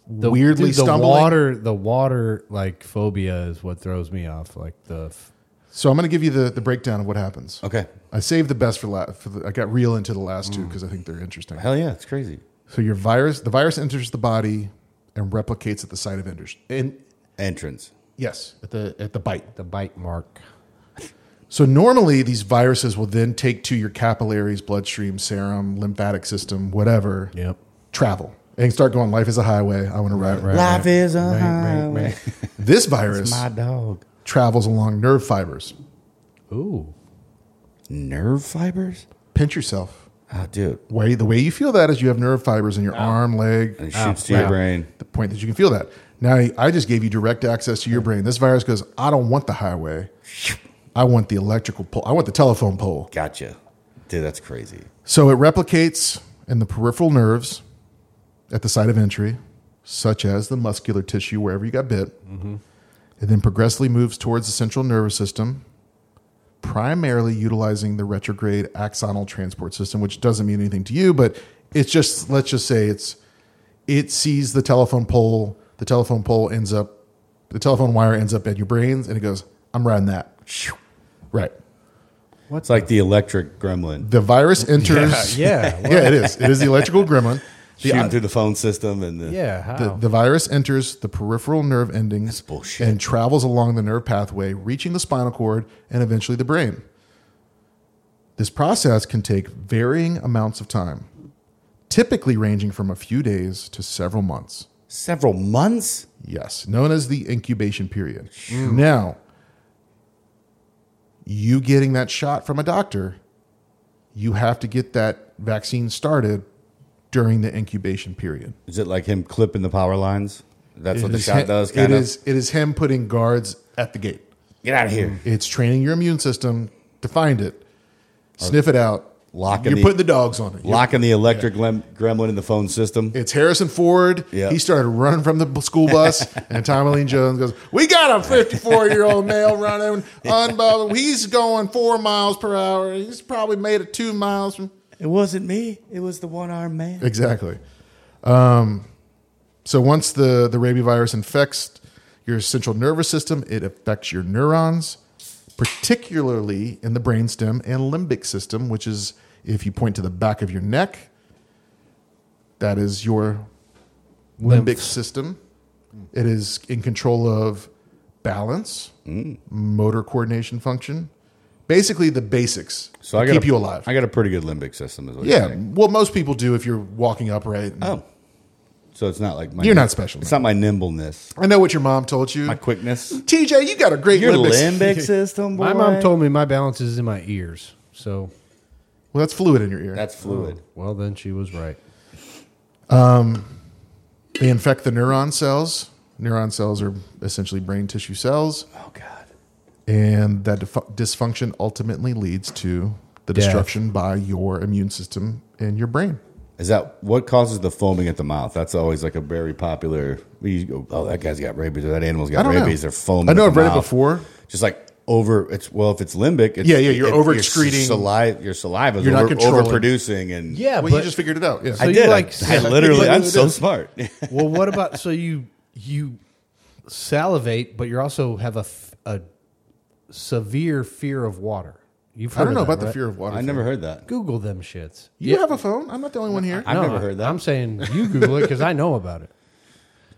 the, weirdly dude, the stumbling. water the water like phobia is what throws me off like the f- So I'm going to give you the, the breakdown of what happens. Okay. I saved the best for last. For the, I got real into the last two because I think they're interesting. Hell yeah, it's crazy. So your virus, the virus enters the body and replicates at the site of injury. And Entrance. yes, at the at the bite. the bite mark So normally these viruses will then take to your capillaries, bloodstream, serum, lymphatic system, whatever. yep Travel and start going. Life is a highway. I want to ride. Right. Life is a highway. This virus My dog. travels along nerve fibers. ooh Nerve fibers. Pinch yourself. Oh, dude. Way the way you feel that is you have nerve fibers in your arm, leg, And it shoots to your wow. brain. the point that you can feel that. Now, I just gave you direct access to your brain. This virus goes, I don't want the highway. I want the electrical pole. I want the telephone pole. Gotcha. Dude, that's crazy. So it replicates, and and the peripheral nerves at the site of entry, such as the muscular tissue wherever you got bit. It then progressively moves towards the central nervous system, primarily utilizing the retrograde axonal transport system, which doesn't mean anything to you, but it's just let's just say it's it sees the telephone pole, the telephone pole ends up the telephone wire ends up at your brains and it goes, I'm riding that. Right. It's like the electric gremlin The virus enters Yeah, yeah, yeah, it is. It is the electrical gremlin. uh, shooting through the phone system and the, yeah. The, How? the virus enters the peripheral nerve endings bullshit. and travels along the nerve pathway, reaching the spinal cord and eventually the brain. This process can take varying amounts of time, typically ranging from a few days to several months. several months. Yes, known as the incubation period. Now, you getting that shot from a doctor, you have to get that vaccine started during the incubation period. Is it like him clipping the power lines? That's what the It's shot him- does. It Kind of is- It is him putting guards at the gate. get out of here. It's training your immune system to find it, sniff it out. Locking You're the- putting the dogs on it. Locking the electric lem- gremlin in the phone system. Mm-hmm. It's Harrison Ford. Yeah. He started running from the b- school bus, and Tommy Lee Jones goes, "We got a 54 year old male running unbothered. He's going four miles per hour. He's probably made it two miles from." It wasn't me. It was the one armed man. Exactly. Um, so once the, the rabivirus infects your central nervous system, it affects your neurons, particularly in the brainstem and limbic system, which is if you point to the back of your neck, that is your limbic system. It is in control of balance, Mm. motor coordination function, basically the basics So to I got keep a- you alive. I got a pretty good limbic system. Is what you're yeah, saying. well, most people do if you're walking upright. and- Oh, so it's not like my You're not special, It's man. not my nimbleness, I know what your mom told you. my quickness. TJ, you got a great Your limbic. limbic system. Boy. My mom told me my balance is in my ears. So, Well, that's fluid in your ear. that's fluid. well, then she was right. they infect the neuron cells. Neuron cells are essentially brain tissue cells, Oh, God. and that def- dysfunction ultimately leads to the Death. destruction by your immune system and your brain. Is that what causes the foaming at the mouth? That's always like a very popular. We go, oh, that guy's got rabies, or that animal's I got don't know. rabies. They're foaming. I know at I've the read it mouth. before. Just like over. It's well, if it's limbic, it's, Yeah, yeah, you're it- over your excreting- saliva. Your saliva is You're not over, controlling. overproducing, and Yeah, well, but you just figured it out. Yeah. I So you did. I- like- I, literally, Yeah. I'm so smart. well, what about so you you salivate, but you also have a f- a severe fear of water. You've heard I don't of know that, about the right? fear of water. I thing. never heard that. Google them shits. You have a phone. I'm not the only one here. I've never heard that. I'm saying you Google it because I know about it.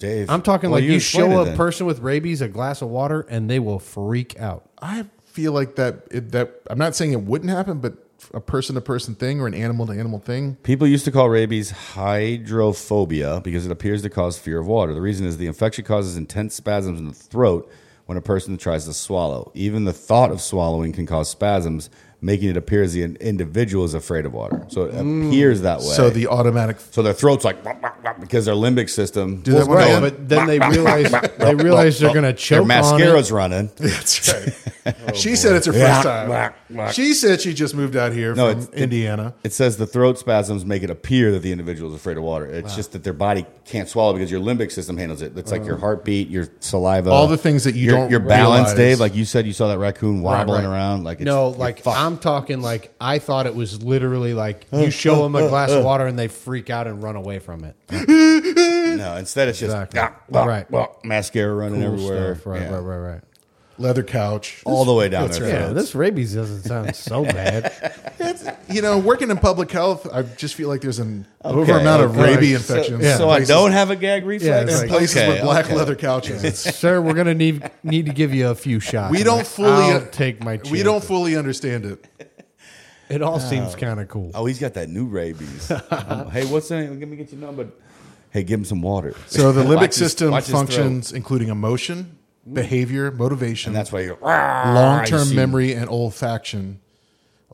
Dave, I'm talking well, like you, explained show it a then. person with rabies a glass of water and they will freak out. I feel like that. It, that I'm not saying it wouldn't happen, but a person to person thing or an animal to animal thing. People used to call rabies hydrophobia because it appears to cause fear of water. The reason is the infection causes intense spasms in the throat when a person tries to swallow. Even the thought of swallowing can cause spasms, making it appear as the individual is afraid of water. So it appears that way. Mm. So the automatic so their throat's like "Wah, wah, wah," because their limbic system. Do that Well, one again. Oh, but then they realize they realize they're going to Their choke on it. mascara's running. That's right. Oh, she said it's her first time. She said she just moved out here No, from it's- it- Indiana. It says the throat spasms make it appear that the individual is afraid of water. It's just that their body can't swallow because your limbic system handles it. It's like your heartbeat, your saliva, Oh. All the things that you your, don't your balance, realize. Dave. Like you said, you saw that raccoon wobbling right. around. Like it's, No, you're like fucked. I'm talking like I thought it was literally like you show them a glass of water and they freak out and run away from it. no. Instead, it's just Exactly. "Ah, blah, Right. blah," mascara running Cool everywhere, stuff. Right, Yeah. right, right, right. leather couch. all the way down their Yeah, throats. this rabies doesn't sound so bad. It's- you know, working in public health, I just feel like there's an over amount of okay. rabies So- infections. So, in places- I don't have a gag reflex. it's in like- places Okay, with black okay. leather couches. It's- Sir, we're gonna need need to give you a few shots. we I'm don't like, fully I'll take my. we don't chances. fully understand it. it all seems kind of cool. Oh, he's got that new rabies. Um, hey, what's the name? Let me get your number. Hey, give him some water. So the Watch limbic his- system watch his throat. functions including emotion, behavior, motivation, And that's why you're "Rah, I long term see." memory, and olfaction.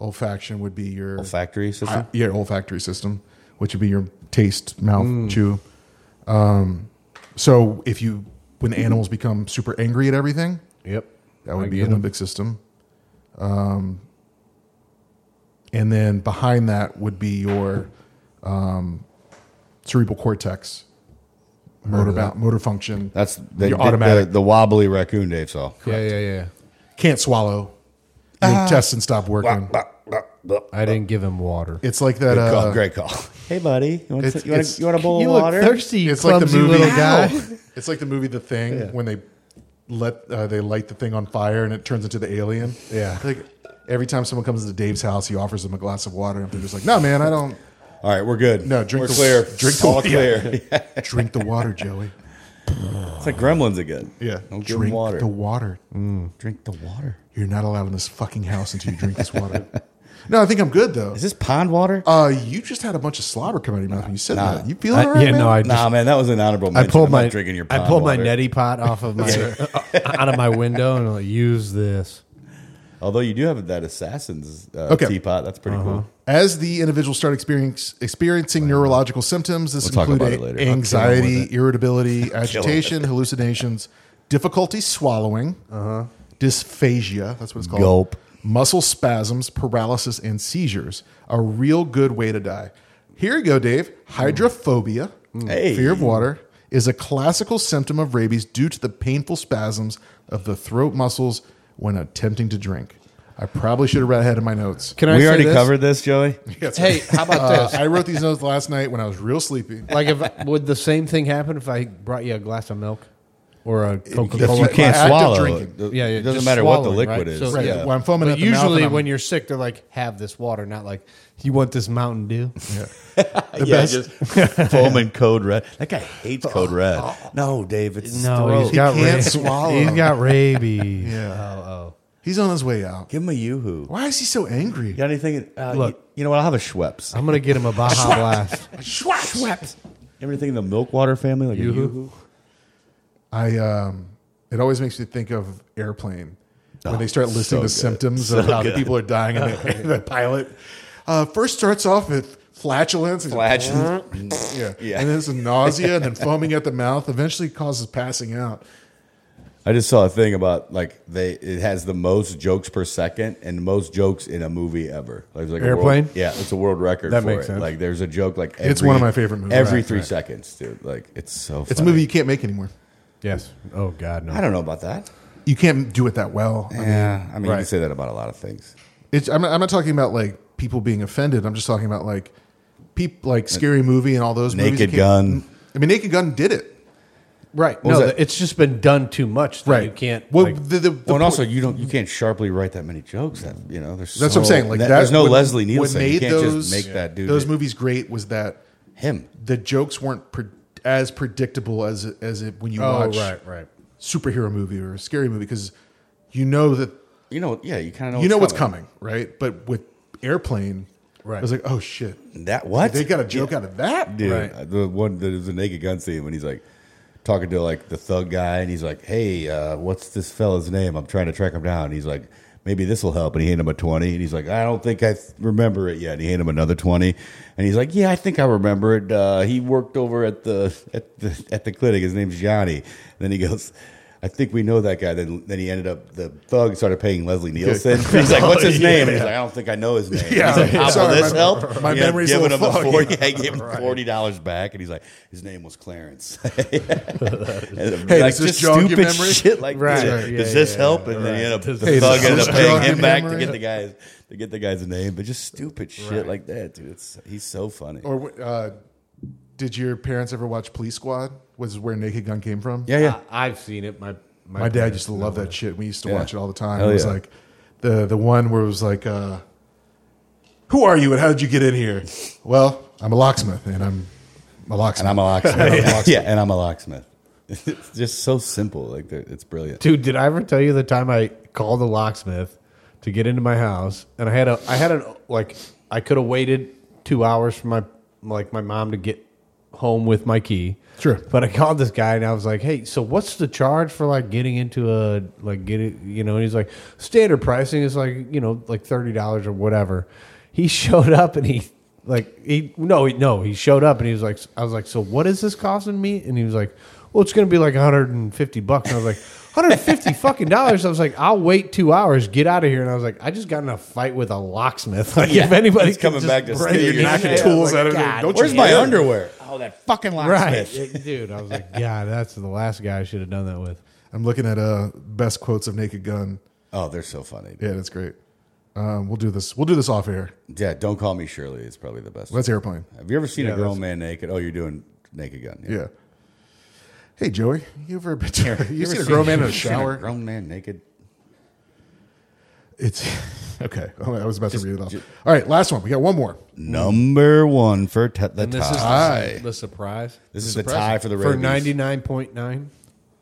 Olfaction would be your Olfactory system. Uh, yeah, olfactory system, which would be your taste, mouth, chew. Um, so if you, when animals become super angry at everything, Yep, that would I be get your limbic system. Um, and then behind that would be your um, cerebral cortex, motor ba- motor function. That's the, Your the- automatic. The, the wobbly raccoon Dave saw. Yeah, yeah, yeah. can't swallow. Your intestines stop working. I didn't give him water. It's like that. Good Uh, call, great call. Hey, buddy, you want, It's- you want a- it's- you a bowl You look thirsty, it's like clumsy the movie. little guy. It's like the movie The Thing when they let uh, they light the thing on fire and it turns into the alien. Yeah. Like every time someone comes into Dave's house, he offers them a glass of water, and they're just like, "No, man, I don't All right, we're good. No, drink we're the- clear. drink the- all yeah. clear. Yeah. drink the water, Joey." It's like Gremlins again. Yeah, don't give 'em drink water. the water. drink the water. You're not allowed in this fucking house until you drink this water. no, I think I'm good though. Is this pond water? Uh, you just had a bunch of slobber come out of your mouth when you said Nah. that. You feeling all right, yeah, man? no, I just, nah, man, that was an honorable I mention. pulled I'm my not drinking your. Pond I pulled water. my neti pot off of my out of my window and like, use this. Although you do have that assassin's uh, Okay. teapot. That's Uh-huh. pretty cool. As the individuals start experience, experiencing neurological symptoms, this We'll talk include about a- it later. I'll kill 'em anxiety, with irritability, kill 'em. agitation, hallucinations, difficulty swallowing, dysphagia, that's what it's called, Uh-huh. Gulp. muscle spasms, paralysis, and seizures. A real good way to die. Here you go, Dave. Hydrophobia, Hmm. Hey. fear of water, is a classical symptom of rabies due to the painful spasms of the throat muscles when attempting to drink. I probably should have read ahead in my notes. Can I? We say already this? covered this, Joey. That's Hey, how about Uh, this? I wrote these notes last night when I was real sleepy. Like, if would the same thing happen if I brought you a glass of milk or a Coca If Cola? you can't active swallow, drinking. it do- Yeah, yeah, it doesn't just matter what the swallowing, liquid right? is. So, Right, yeah. when I'm foaming But at the mouth usually, and I'm- when you're sick, they're like, "Have this water," not like, "You want this Mountain Dew?" Yeah. The best- just Oh. foam and code red. That guy hates code red. No, Dave, it's his No, throat. he's got He can't rabies. swallow. He's got rabies. Yeah. Oh, He's on his way out. Give him a yoo-hoo. Why is he so angry? Got anything? Uh, Look. you, you know what? I'll have a Schweppes. oh. I'm gonna get him a Baja Blast. Schwaps. Everything in the milk water family, like Yoo-hoo? a yoo-hoo. I um it always makes me think of airplane when they start listing the Oh, so good. symptoms So of how the good. people are dying and the, the pilot uh, first starts off with flatulence and Flatulence. yeah. Yeah. and then it's nausea and then foaming at the mouth eventually causes passing out I just saw a thing about like they it has the most jokes per second and most jokes in a movie ever. Like, it's like a world- Airplane? yeah, it's a world record. That for makes it. sense. Like there's a joke like every, It's one of my favorite movies. Every Right, three right. seconds, dude. Like it's so. it's a funny. movie you can't make anymore yes. Oh God, no. I don't know about that. you can't do it that well I mean, Yeah, I mean you right. can say that about a lot of things. It's, I'm, I'm not talking about like people being offended. I'm just talking about like peop, like scary movie and all those movies. Naked You Gun. can't- I mean, Naked Gun did it Right. was No, that? it's just been done too much. That right. You can't. Well, like- the, the, the Well, and po- also you don't you can't sharply write that many jokes. That you know there's that's so- what I'm saying. Like that- that, there's no what- Leslie what Nielsen. made you can't those, just make that dude Those movies great was that him. the jokes weren't pre- as predictable as as it when you oh, watch right, right. superhero movie or a scary movie because you know that You know, yeah, you kind of Oh, know you know what's coming, right? But with Airplane, Right. I was like, oh shit, That what they got a joke out of that. dude. Right. uh, The one there's a naked gun scene when he's like talking to like the thug guy, and he's like, "Hey, uh, what's this fella's name? I'm trying to track him down." And he's like, "Maybe this will help." And he handed him a twenty, and he's like, "I don't think I th- remember it yet." And he handed him another twenty, and he's like, "Yeah, I think I remember it." Uh, he worked over at the at the at the clinic. His name's Johnny. And then he goes. I think we know that guy. Then, then he ended up. The thug started paying Leslie Nielsen. He's like, "What's his name?" And he's like, "I don't think I know his name." Yeah. He's like, "How will Sorry, this my- help?" my He had memory's a given little him the foggy. 40 I gave him forty dollars back, and he's like, his name was Clarence. hey, does this jog your memory? shit like Right. this. Right. Does Yeah, this yeah, help? yeah, And then he right. ended up, Does the this- thug does ended this up paying jog him your back memory? to get the guy's to get the guy's name. But just stupid shit like that, dude. It's, he's so funny. Or uh, did your parents ever watch Police Squad? Was where Naked Gun came from? yeah, yeah. I, I've seen it. My my dad used to love that shit. We used to Yeah. watch it all the time. Hell it was yeah. like the the one where it was like, uh, "Who are you and how did you get in here?" Well, I'm a locksmith and I'm a And locksmith. I'm a locksmith. yeah, and I'm a locksmith. It's just so simple. Like they're- it's brilliant. Dude, did I ever tell you the time I called the locksmith to get into my house and I had a I had a like I could have waited 2 hours for my like my mom to get home with my key. Sure. But I called this guy and I was like, "Hey, so what's the charge for like getting into a like getting, you know?" And he's like, "Standard pricing is like, you know, like $30 or whatever." He showed up and he like he no, he, no, he showed up and he was like I was like, "So what is this costing me?" And he was like, "Well, it's going to be like 150 bucks." And I was like, 150 fucking dollars. I was like, I'll wait two hours, get out of here. And I was like, I just got in a fight with a locksmith. Like, if anybody He's could coming just back to break steal your it down. shit. Yeah, I was tools like, out of there. God Don't you Where's my Yeah. underwear? Oh, that fucking Right, locksmith. dude. I was like, God, that's the last guy I should have done that with. I'm looking at uh best quotes of Naked Gun. Oh, they're so funny. Yeah, that's great. Um, we'll do this. We'll do this off air. Yeah, don't call me Shirley. It's probably the best. That's airplane. Have you ever seen Yeah, a grown man naked? Oh, you're doing naked gun. Yeah. Hey Joey, you ever been to, you, You ever seen a grown man in a you seen shower? grown man naked. It's okay. Oh, I was about Just- to read it off. ju- All right, last one. We got one more. Number one for t- the And this is tie. Tie. the, the surprise This, is the surprising. tie for the for Ravens. 99.9.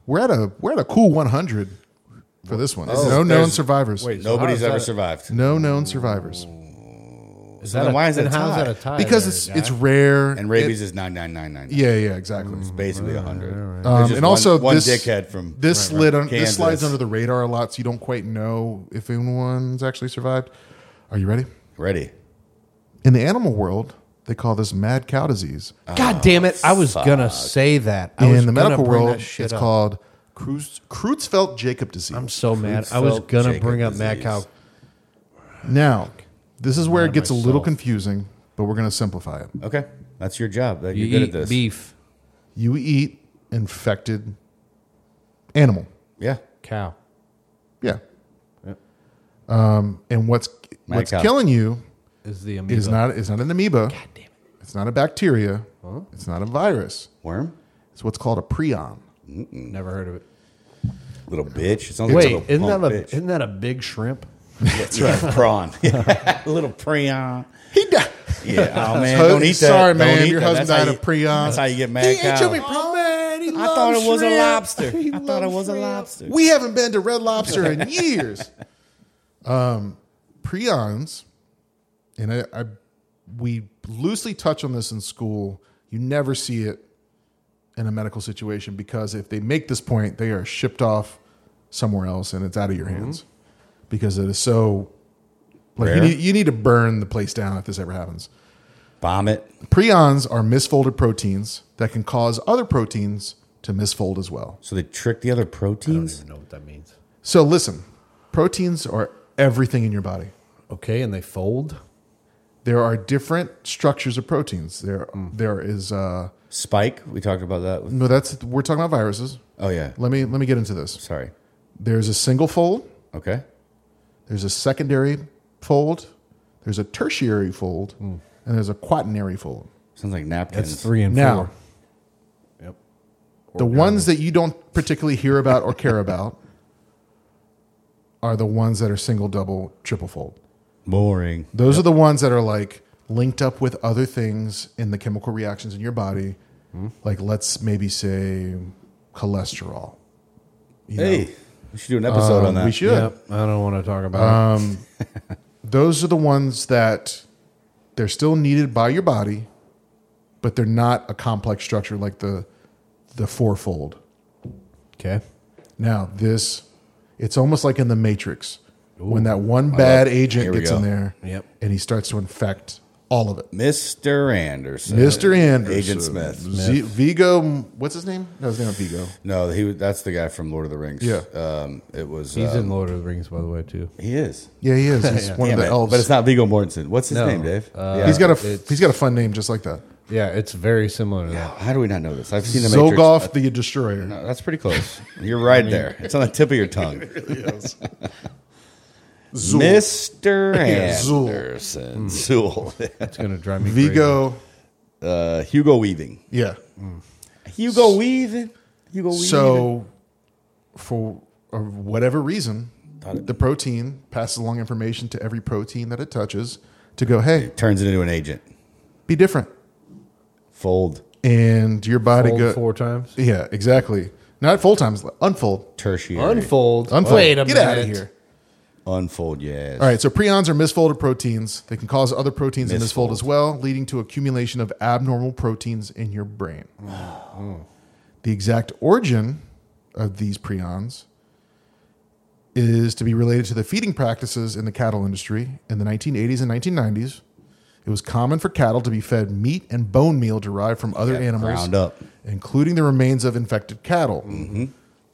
We're at a we're at a cool 100 for this one. is- no known Oh, there's- survivors. Wait, so Nobody's how is ever that- survived. No known survivors. Is then why is it a then how tie? that a tie? Because there, it's guy? it's rare. And rabies is nine nine nine nine. yeah, yeah, exactly. basically a hundred. Um, and also one, one this, dickhead from this slid on, this Kansas. slides under the radar a lot, so you don't quite know if anyone's actually survived. Are you ready? ready. In the animal world, they call this mad cow disease. God damn it! I was gonna say that. I was In the gonna medical bring that world, shit it's up. called Kreutz, Creutzfeldt Jacob disease. I'm so mad. I was Creutzfeldt gonna Jacob bring up mad disease. cow. now, this is where it Mad gets a little myself. confusing, but we're going to simplify it. Okay, that's your job. That You you're good eat at this. beef, You eat infected animal. Yeah, cow. Yeah. Um, and what's Mad what's cow. killing you Is the amoeba? is not is not an amoeba. God damn it. It's not a bacteria. It's not a virus. worm, It's what's called a prion. Never heard of it. little bitch. It sounds like a Wait, little isn't that punk a bitch. isn't that a big shrimp? That's right, prawn. Yeah. little prion. He died. Yeah, oh man, Hus- don't eat that. sorry, Don't man, eat your that. husband That's how died you- of prion. That's how you get He mad ain't cow. me, bro. man, he I thought loves it was a shrimp. lobster. He I thought it loves was a shrimp. lobster. We haven't been to Red Lobster in years. Um, prions, and I, I, we loosely touch on this in school. You never see it in a medical situation because if they make this point, they are shipped off somewhere else, and it's out of your hands because it is so. Like you Rare. need, you need to burn the place down if this ever happens. Vomit. Prions are misfolded proteins that can cause other proteins to misfold as well. So they trick the other proteins. know what that means. So listen, proteins are everything in your body. Okay, and they fold. There are different structures of proteins. There, Mm. there is. Uh, Spike. We talked about that. with- no, that's we're talking about viruses. Oh yeah. Let me let me get into this. Sorry. There's a single fold. Okay. There's a secondary fold. There's a tertiary fold, and there's a quaternary fold. Sounds like napkins. That's three Mm. and Now, four. Yep. the ones that you don't particularly hear about or care about are the ones that are single, double, triple fold. Boring. Those are the ones that are like linked up with other things in the chemical reactions in your body. Hmm? Like let's maybe say cholesterol. You know? Hey, we should do an episode on Um, that. we should. Yep. I don't want to talk about Those are the ones that they're still needed by your body, but they're not a complex structure like the the fourfold. it. Okay. Now this, it's almost like in the Matrix when that one bad agent here we gets go. in there, Yep. and he starts to infect all of it. Mr. Anderson. Mr. Anderson, Uh, Agent Smith. Z- Vigo, what's his name? No, his name is Vigo. No, he was, that's the guy from Lord of the Rings. Yeah. Um, it was. He's um, in Lord of the Rings, by the way, too. he is. Yeah, he is. He's one Damn of the it. elves. But it's not Vigo Mortensen. What's his No. name, Dave? Uh, yeah. he's got a f- it's- he's got a fun name just like that. Yeah, it's very similar to that. How do we not know this? I've seen the Matrix. Uh, Zolgoth the Destroyer. No, that's pretty close. You're right there. It's on the tip of your tongue. Zool. Mr. Zool. Hmm. Anderson. Zool. It's gonna drive me crazy. Vigo. uh, Hugo Weaving. Yeah. Hugo Weaving. Hugo Weaving. So, for or whatever reason, the protein passes along information to every protein that it touches to go, hey, turns it into an agent. be different, Fold. and your body Fold go. four times. Yeah, exactly. Not full times. Unfold. Tertiary. Unfold. Unfold. Wait a Get minute. out of here. Unfold. Yes. All right, so prions are misfolded proteins. They can cause other proteins to misfold Misfold. as well, leading to accumulation of abnormal proteins in your brain. The exact origin of these prions is to be related to the feeding practices in the cattle industry in the 1980s and 1990s. It was common for cattle to be fed meat and bone meal derived from other Yeah, animals, ground up. Mm-hmm. including the remains of infected cattle.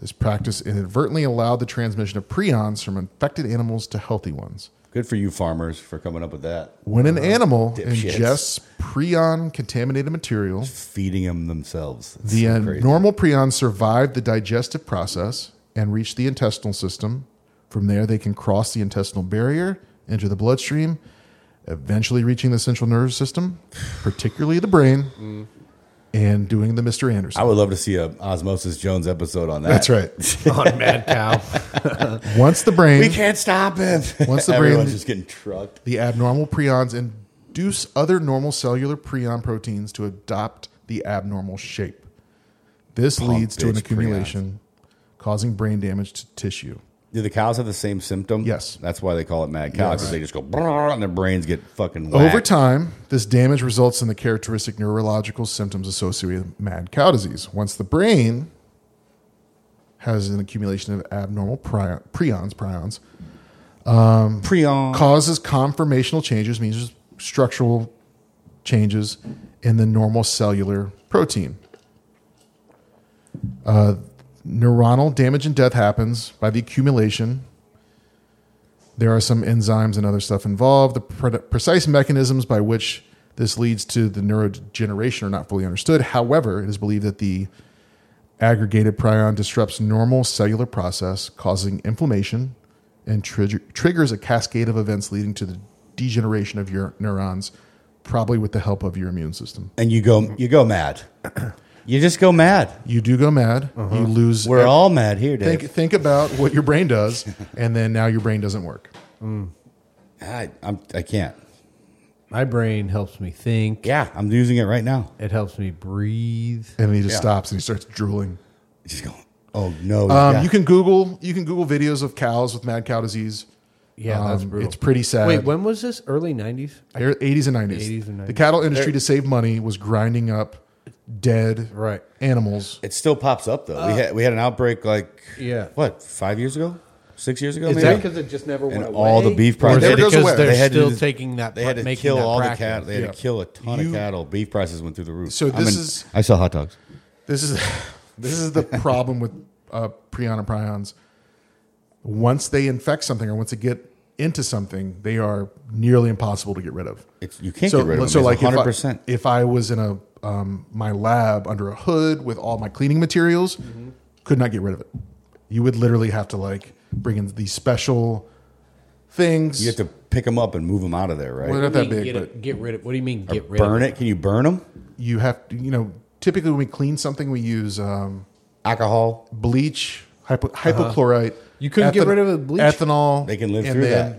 This practice inadvertently allowed the transmission of prions from infected animals to healthy ones. Good for you farmers for coming up with that. When an animal dipshits. ingests prion contaminated material, Feeding them themselves. It's the so uh, crazy. normal prions survive the digestive process and reach the intestinal system. From there, they can cross the intestinal barrier into the bloodstream, eventually reaching the central nervous system, particularly the brain, and doing the Mr. Anderson. Mm. I would love to see a Osmosis Jones episode on that. That's right. on Mad Cow. Once the We brain, can't stop him. Once the Everyone's brain- just getting trucked. the abnormal prions induce other normal cellular prion proteins to adopt the abnormal shape. This leads to an bitch accumulation, causing brain damage to tissue. Do the cows have the same symptom? Yes. That's why they call it mad cow because they just go brrr, and their brains get fucking whacked. Over time, this damage results in the characteristic neurological symptoms associated with mad cow disease. Once the brain has an accumulation of abnormal prion, prions, prions, Prion. causes conformational changes, means there's structural changes in the normal cellular protein. Uh, neuronal damage and death happens by the accumulation. There are some enzymes and other stuff involved. The pre- precise mechanisms by which this leads to the neurodegeneration are not fully understood. However, it is believed that the aggregated prion disrupts normal cellular process, causing inflammation and trigger, triggers a cascade of events leading to the degeneration of your neurons, probably with the help of your immune system. and you go you go mad. You just go mad. You do go mad. Uh-huh. You lose. We're all mad here, Dave. think, think about what your brain does, and then now your brain doesn't work. I, I'm, I can't. My brain helps me think. Yeah, I'm using it right now. It helps me breathe. And then he just Yeah. stops and he starts drooling. Just going. Oh no. Um, yeah. You can Google you can Google videos of cows with mad cow disease. Yeah, that's Um, brutal. It's pretty sad. Wait, when was this? Early '90s. Here- 80s and 90s. 80s and The 90s. cattle industry to save money was grinding up dead Right. animals. It still pops up though. Uh, we had we had an outbreak like Yeah. what five years ago, six years ago. Is maybe? that because it just never and went away? all the beef Or is prices never it they had goes to- because away. they're they had to still do- taking that? They had to making kill that all the practice. cattle. They had Yeah. to kill a ton You- of cattle. Beef prices went through the roof. So I'm this in- is- I sell hot dogs. This is this is the problem with uh, prion and prions. Once they infect something or once they get into something, they are nearly impossible to get rid of. It's, you can't so, get rid of so them. like if I- hundred percent. If I was in a um, my lab under a hood with all my cleaning materials, Mm-hmm. could not get rid of it. You would literally have to like bring in these special things. You have to pick them up and move them out of there, right? Well, they're not What do that big, you mean get, but it- get rid of. What do you mean get rid burn of? it? Can you burn them? you have to, you know, typically when we clean something, we use um, Alcohol. bleach, hypo, hypochlorite. You couldn't get ethan- rid of the bleach? Ethanol. They can live through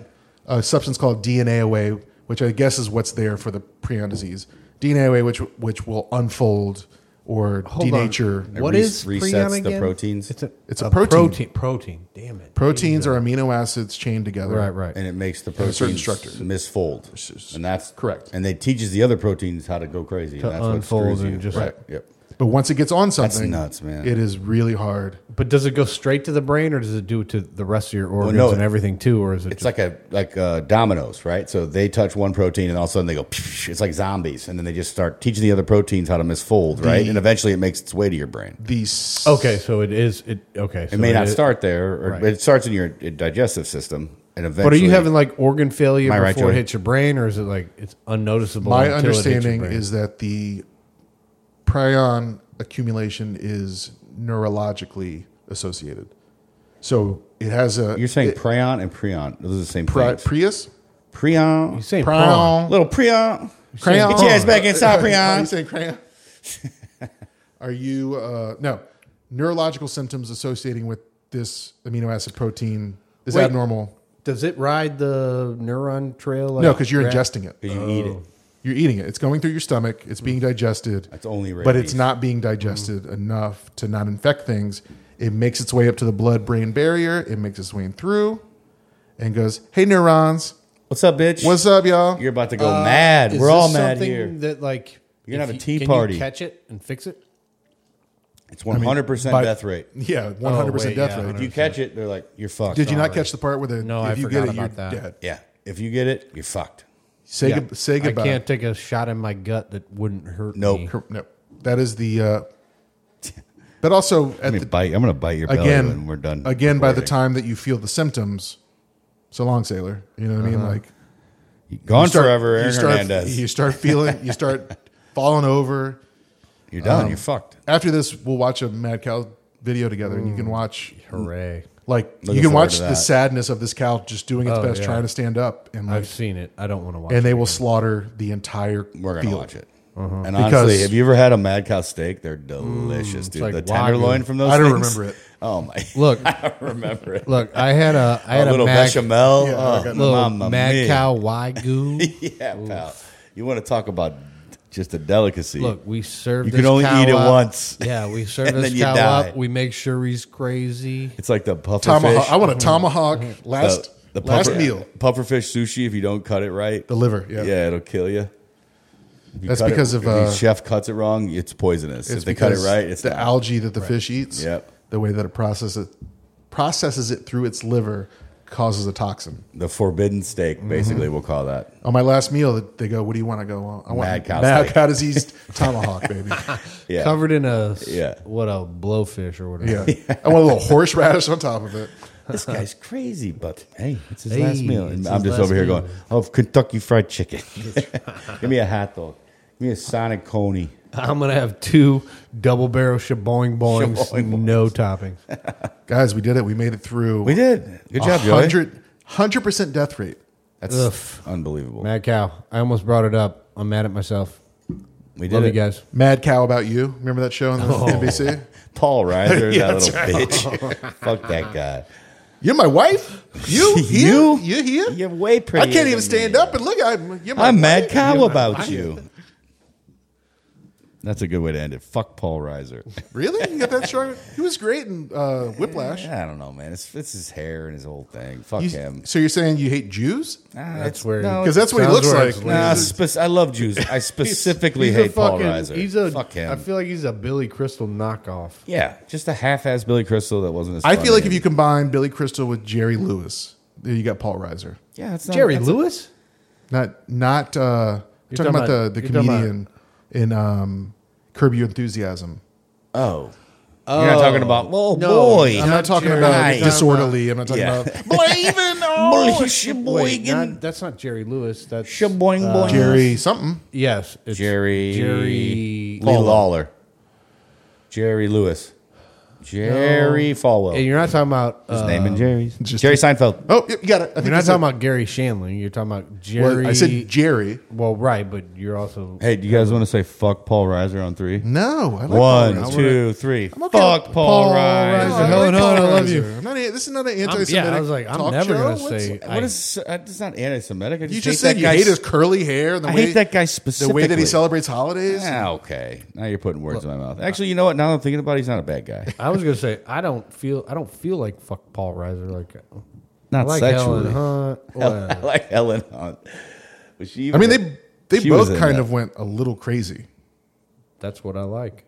A substance called DNAOA, which I guess is what's there for the prion disease. DNAOA, which which will unfold or denature. What It re- is resets prion the again? proteins. It's a It's a protein. Protein. protein. Damn it. Proteins are amino acids chained together. Right. Right. and it makes the a proteins certain structure. misfold, and that's Correct. And they teaches the other proteins how to go crazy. To and that's unfold what and screws you. just- right. Yep. But once it gets on something, nuts, man. It is really hard. But does it go straight to the brain, or does it do it to the rest of your organs no, and everything too, or is it? It's Just, like a like uh, dominoes, right? So they touch one protein, and all of a sudden they go. "Psh," It's like zombies, and then they just start teaching the other proteins how to misfold, right? And eventually, it makes its way to your brain. These okay, so it is. It okay. It may not start there, or Right. but it starts in your digestive system, and eventually. But are you having like organ failure My right before it joy. hits your brain, or is it like it's unnoticeable? My until it hits your understanding brain? is that the prion accumulation is neurologically associated. So it has a. You're saying it, prion and prion. Those are the same pri- things. Prius? prion, you saying prawn. Prion. little prion. Crayon. Get your ass back inside, Are you prion. saying crayon? Are you. Uh, no. Neurological symptoms associating with this amino acid protein is Wait. abnormal. Does it ride the neuron trail? Like No, because you're rat- ingesting it. Because you eat it. You're eating it. It's going through your stomach. It's being digested. That's only rare But it's beef. not being digested enough to not infect things. It makes its way up to the blood brain barrier. It makes its way through and goes, hey, neurons, What's up, bitch? what's up, Uh, y'all? You're about to go mad. Is We're all this mad something here. That like You're gonna if have a tea can party. You catch it and fix it. It's 100% by- death rate. yeah, 100% wait, death yeah, rate. If you catch it, they're like, you're fucked. Did you not Sorry. catch the part where the, No, if I you forgot get it, about you're dead. that. Yeah. If you get it, you're fucked. Say, Yeah. good- say goodbye. I can't take a shot in my gut that wouldn't hurt. Nope. me. No, that is the, uh, But also, at Let me the, bite. I'm gonna bite your again, belly when we're done. again, by the recording. time that you feel the symptoms, so long, sailor. You know what I mean? Like gone you start- forever, Aaron you start, Hernandez. You start feeling. You start falling over. You're done. um, you're fucked. After this, we'll watch a Mad Cow video together, and you can watch. Hooray. Like Mm. Looking you can forward watch to the that. sadness of this cow just doing its Oh, best, yeah. trying to stand up, and like, I've seen it. I don't want to watch and it. they will slaughter the entire. We're gonna field. watch it. And Uh-huh. Because- Mm, honestly, have you ever had a Mad Cow steak? They're delicious, dude. like the wagyu. tenderloin from those. I don't things? remember it. Oh my! Look, I don't remember it. look, I had a, I had a a, little mad, bechamel. Yeah, oh, I got- little mamma mad mia. cow wagyu. yeah, pal. You want to talk about just a delicacy? Look, we serve. You this can only cow eat it up. once. Yeah, we serve And this then you cow die. up. We make sure he's crazy. it's like the pufferfish. Tomahawk. I want a tomahawk last the, the last puffer- meal. Pufferfish sushi. If you don't cut it right, The liver. yeah, Yeah. it'll kill you. If you That's cut it- because of, if the uh, chef cuts it wrong, it's poisonous. It's if they cut it because right, it's the not. algae that the fish eats. Yep. The way that it processes it processes it through its liver causes a toxin. the forbidden steak. Basically, we'll call that. On my last meal, they go, "What do you want?" I go, well, "I want Mad cow mad steak." cow disease tomahawk, baby. Yeah, Covered in a s- Yeah. what a blowfish or whatever. Yeah. I want a little horseradish on top of it. this guy's crazy, but hey, it's his Hey, last meal. And it's I'm his just last over here meal. going, oh, Kentucky Fried Chicken. Give me a hot dog. Give me a Sonic Coney. I'm gonna have two double barrel shaboing boings, Shaboing boings. no toppings. Guys, we did it. We made it through. We did. Good job, Joey. 100 percent death rate. That's Ugh. unbelievable. Mad cow. I almost brought it up. I'm mad at myself. we did Love you it. guys. Mad cow about you. Remember that show on the Oh. NBC? Paul Reiser, Yeah, that that's little bitch. Fuck that guy. You're my wife. You here? You? you here? You're way prettier. I can't even than stand me. up and look. I'm, you're my I'm wife. mad cow You're my about wife. you. That's a good way to end it. Fuck Paul Reiser. Really? You got that strong? He was great in uh, Whiplash. I don't know, man. It's, it's his hair and his whole thing. Fuck You- him. so you're saying you hate Jews? That's Ah, it's- where- no, Because that's what he Sounds looks where like. it's Nah, spec- I love Jews. I specifically hate Paul Reiser. He's a. Fuck him. I feel like he's a Billy Crystal knockoff. yeah, just a half-ass Billy Crystal that wasn't. As I feel funny. like if you combine Billy Crystal with Jerry Lewis, there you got Paul Reiser. yeah, it's not, Jerry that's- Lewis. Not not uh, talking, You're talking talking about, about- the, the you're talking about- comedian in um, Curb Your Enthusiasm. Oh. you're not talking about. Oh No, boy, I'm not, talking Jerry. about Right. disorderly. I'm not talking Yeah. about Blavin, oh, Sheboygan, not, that's not Jerry Lewis. That's Sheboygan, boy. Jerry something. yes, it's Jerry, Jerry. Lee Lawler, Jerry Lewis, Jerry Falwell. And you're not talking about. His uh, name and Jerry's. just- Jerry Seinfeld. Oh, yep, you got it. I think You're not that's talking it. about Gary Shanley. You're talking about Well, Jerry. I said Jerry. Well, right, but you're also. Hey, do you guys want to say fuck Paul Reiser on three? No, I like Paul One, Reiser. two, three. okay Fuck with Paul, I Reiser. like No, no, Paul I love Reiser. you. I'm not, this is not an anti-Semitic. yeah, I was like, I'm talk never show. gonna What's- say- What is? uh, It's not anti-Semitic. I just You hate just that said you guy's- hate his curly hair. The I way, hate that guy The specifically. way that he celebrates holidays. Ah, okay. Now you're putting words in my mouth. Actually, you know what? Now that I'm thinking about it, he's not a bad guy. I was gonna say I don't feel. I don't feel like fuck Paul Reiser. Like I Not like sexually. Helen Hunt. Hel- Well, I like Helen Hunt. Was she I even- mean, they they She was both in kind that. of went a little crazy. that's what I like.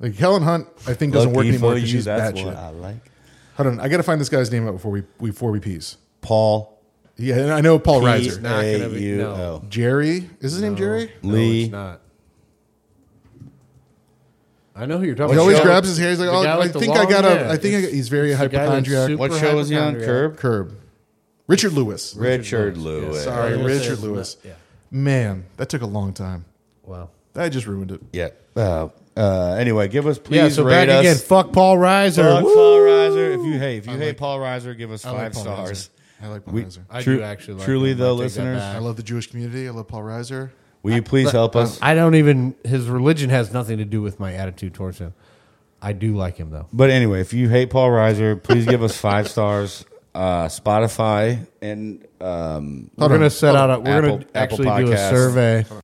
Like Helen Hunt, I think doesn't work Lucky anymore for because you, she's that's batshit. what I like. Hold on, I got to find this guy's name out before we before we peas. Paul E Yeah, and I know Paul Reiser. not gonna be- P-A-U-L. no. Jerry is his name Jerry? Lee. no, it's not. I know who you're talking. He about. always Joe- grabs his hair. He's like, the guy oh, I with the think I long got hair. a. I think I It's- got, he's very it's the guy who's hypochondriac. super What show was he on? hypochondriac. Curb. Curb. Richard Lewis. Richard Lewis. Yeah, Sorry, I was gonna say Richard it's not- Lewis. yeah. Man, that took a long time. Wow. I just ruined it. Yeah. Uh, uh, anyway, give us please yeah. So rate back us. again. Fuck Paul Reiser. Fuck Woo! Paul Reiser. If you hey, if you hate Paul Reiser, give us I like five Paul Reiser. stars. I like Paul We- Reiser. I Tru- do actually. Like truly him. I though, take that listeners, back. I love the Jewish community. I love Paul Reiser. Will you please help us? I don't even. His religion has nothing to do with my attitude towards him. I do like him though. But anyway, if you hate Paul Reiser, please give us five stars. Uh, Spotify and um, We're gonna set out. A, we're Apple- gonna Apple actually do a Podcasts. survey.